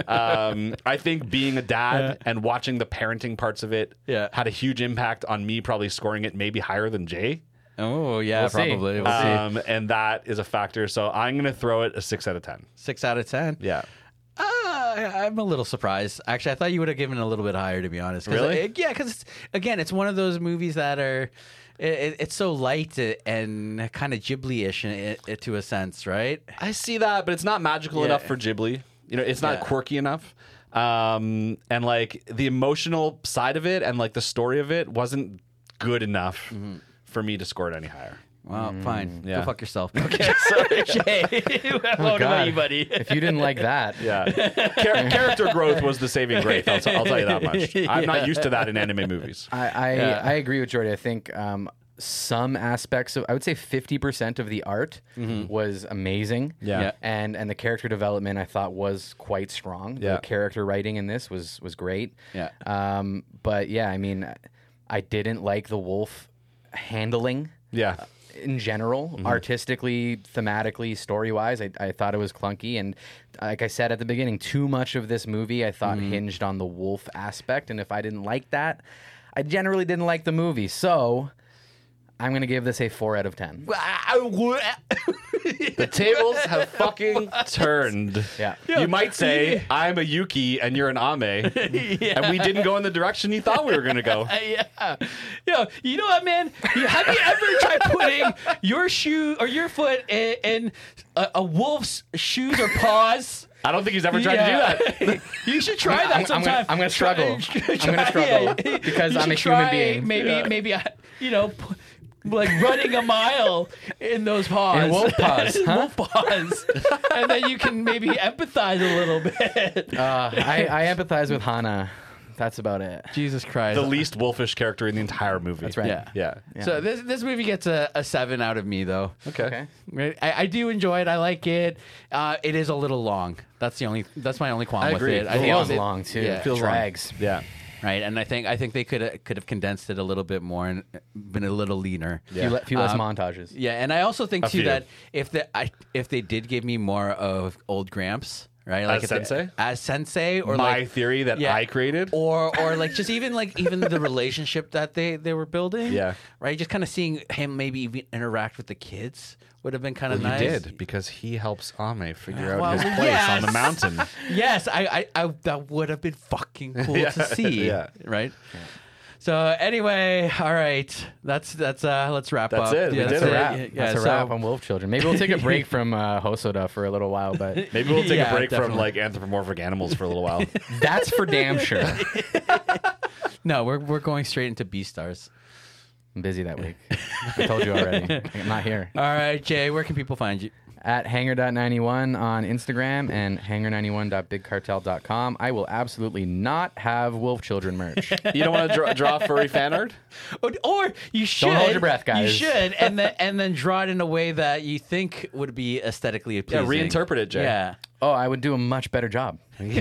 S2: um, I think being a dad and watching the parenting parts of it
S3: Yeah.
S2: had a huge impact on me, probably scoring it maybe higher than Jay.
S3: Oh yeah,
S1: We'll see.
S3: probably. We'll see.
S2: Um, and that is a factor. So I'm gonna throw it a six out of ten.
S3: Six out of ten.
S2: Yeah.
S3: Uh, I- I'm a little surprised. Actually, I thought you would have given it a little bit higher, to be honest. 'Cause
S2: Really?
S3: I- yeah, because again, it's one of those movies that are. It, it- it's so light and kind of Ghibli-ish in, it to a sense, right?
S2: I see that, but it's not magical
S3: Yeah.
S2: enough for Ghibli. You know, it's not
S3: Yeah.
S2: quirky enough. Um, and like the emotional side of it and like the story of it wasn't good enough for me to score it any higher.
S3: Well,
S1: Mm,
S3: fine.
S2: yeah.
S3: Go fuck yourself. Okay, sorry. what about
S1: God.
S3: you, buddy?
S1: if you didn't like that,
S2: Yeah. Char- character growth was the saving grace. I'll, t- I'll tell you that much. I'm not used to that in anime movies.
S1: I I, I agree with Jordy. I think um, some aspects of I would say 50% of the art
S3: Mm-hmm.
S1: was amazing.
S2: Yeah. Yeah.
S1: And and the character development I thought was quite strong.
S2: Yeah.
S1: The character writing in this was was great.
S3: Yeah.
S1: Um but yeah, I mean I didn't like the wolf handling
S2: Yeah.
S1: in general,
S3: Mm-hmm.
S1: artistically, thematically, story wise, I, I thought it was clunky. And uh, like I said at the beginning, too much of this movie I thought
S3: Mm-hmm.
S1: hinged on the wolf aspect. And if I didn't like that, I generally didn't like the movie. So I'm going to give this a four out of 10.
S2: The tables have fucking turned.
S1: Yeah.
S2: You might say, I'm a Yuki and you're an Ame. And we didn't go in the direction you thought we were going to go.
S3: yeah. Yo, you know what, man? You- Have you ever tried putting your shoe or your foot in, in a, a wolf's shoes or paws?
S2: I don't think he's ever tried to do that.
S3: do that. you should try
S1: I'm- I'm-
S3: that
S1: I'm gonna-
S3: sometime.
S1: I'm gonna
S3: Try-
S1: struggle.
S3: try-
S1: I'm gonna struggle because
S3: You
S1: I'm a
S3: should
S1: human
S3: try
S1: being.
S3: Maybe, maybe I, you know, p- like running a mile in those paws.
S1: In wolf paws,
S3: In
S1: huh?
S3: wolf paws. and then you can maybe empathize a little bit.
S1: Uh, I, I empathize with Hana. That's about it.
S3: Jesus Christ.
S2: The least wolfish character in the entire movie. That's
S1: right.
S3: yeah.
S2: Yeah.
S3: So this this movie gets a, a seven out of me though.
S2: Okay.
S1: Okay.
S3: Right? I, I do enjoy it. I like it. Uh, it is a little long. That's the only. That's my only qualm
S2: I
S3: with
S2: agree.
S3: it.
S2: It
S3: think
S1: Feels
S3: it-
S1: long too.
S3: yeah.
S1: It feels drags.
S2: Yeah.
S3: Right, and I think I think they could could have condensed it a little bit more and been a little leaner.
S1: Few, le- few
S3: Um,
S1: less montages.
S3: Yeah, and I also think
S2: A
S3: too
S2: few.
S3: that if the I, if they did give me more of old Gramps, right,
S2: As
S3: if they-
S2: sensei?
S3: as sensei, or
S2: My
S3: like,
S2: theory that
S3: yeah.
S2: I created.
S3: or or like just even like even the relationship that they they were building,
S2: Yeah.
S3: right, just kind of seeing him maybe even interact with the kids would have been kind of
S2: He
S3: nice.
S2: did because he helps Ame figure out
S3: Well,
S2: his place on the
S3: yes.
S2: mountain.
S3: Yes, I, I, I that would have been fucking cool to see.
S2: yeah.
S3: Right. So anyway, all right. That's that's uh let's wrap
S2: That's
S3: up.
S2: it. We did
S3: that's
S2: a wrap.
S3: Yeah,
S1: That's a
S3: so-
S1: wrap on Wolf Children. Maybe we'll take a break from uh, Hosoda for a little while, but
S2: Maybe we'll take
S3: Yeah,
S2: a break from
S3: definitely.
S2: like anthropomorphic animals for a little while.
S1: that's for damn sure.
S3: No, we're we're going straight into B stars.
S1: I'm busy that week. I told you already. I'm not here.
S3: All right, Jay, where can people find you?
S1: At hanger.91 on Instagram and hanger91.bigcartel.com. I will absolutely not have Wolf Children merch.
S2: You don't want to draw, draw furry fan art?
S3: Or, or you should
S1: hold your breath,
S3: You
S1: guys.
S3: should, and then and then draw it in a way that you think would be aesthetically
S2: Yeah,
S3: appealing.
S2: reinterpret it, Jay.
S3: Yeah.
S1: oh, I would do a much better job. Thank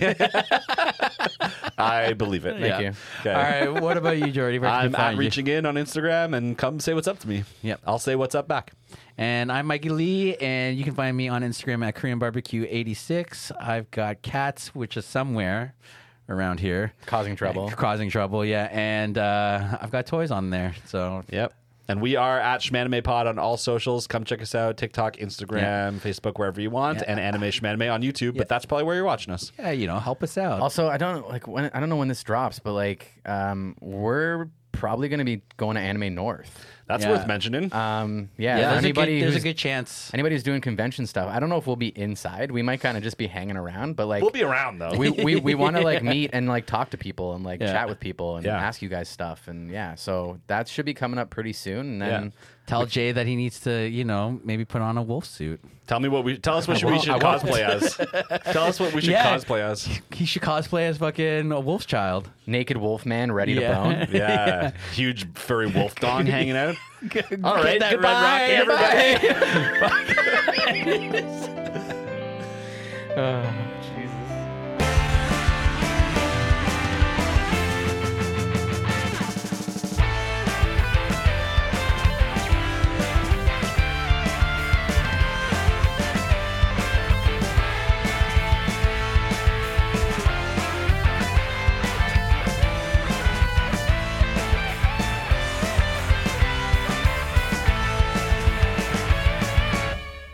S2: I believe it.
S3: Yeah.
S1: you.
S2: Okay.
S3: All right. What about you, Jordy? Where can
S2: I'm
S3: people
S2: at
S3: find you?
S2: reaching in on Instagram and come say what's up to me.
S3: Yep.
S2: I'll say what's up back.
S3: And I'm Mikey Lee, and you can find me on Instagram at Korean Barbecue 86. I've got cats, which is somewhere around here, Uh,
S1: Causing trouble.
S3: causing trouble. Yeah, and uh, I've got toys on there. So
S2: Yep. And we are at Schmanime Pod on all socials. Come check us out TikTok, Instagram, Facebook, wherever you want, and Anime Schmanime on YouTube. But that's probably where you're watching us.
S3: yeah, you know, help us out.
S1: Also, I don't like when I don't know when this drops, but like um, we're probably going to be going to Anime North.
S2: That's
S3: Yeah.
S2: worth mentioning.
S1: Um, yeah,
S3: yeah,
S1: if
S3: there's, a
S1: anybody
S3: good, there's a
S1: who's-
S3: good chance.
S1: anybody who's doing convention stuff, I don't know if we'll be inside. We might kind of just be hanging around, but like
S2: we'll be around though.
S1: we we, we want to like meet and like talk to people and like
S3: Yeah.
S1: chat with people and
S2: Yeah.
S1: ask you guys stuff and yeah so that should be coming up pretty soon and then
S3: Tell Jay that he needs to, you know, maybe put on a wolf suit.
S2: tell me what we tell us what we should cosplay as. tell us what we should
S3: Yeah.
S2: cosplay as.
S3: He should cosplay as fucking a wolf's child.
S1: naked wolf man ready
S3: Yeah.
S1: to bone
S2: Yeah, huge furry wolf dong hanging out. All right,
S3: Get that
S2: goodbye,
S3: right.
S2: Rocky, everybody.
S1: oh,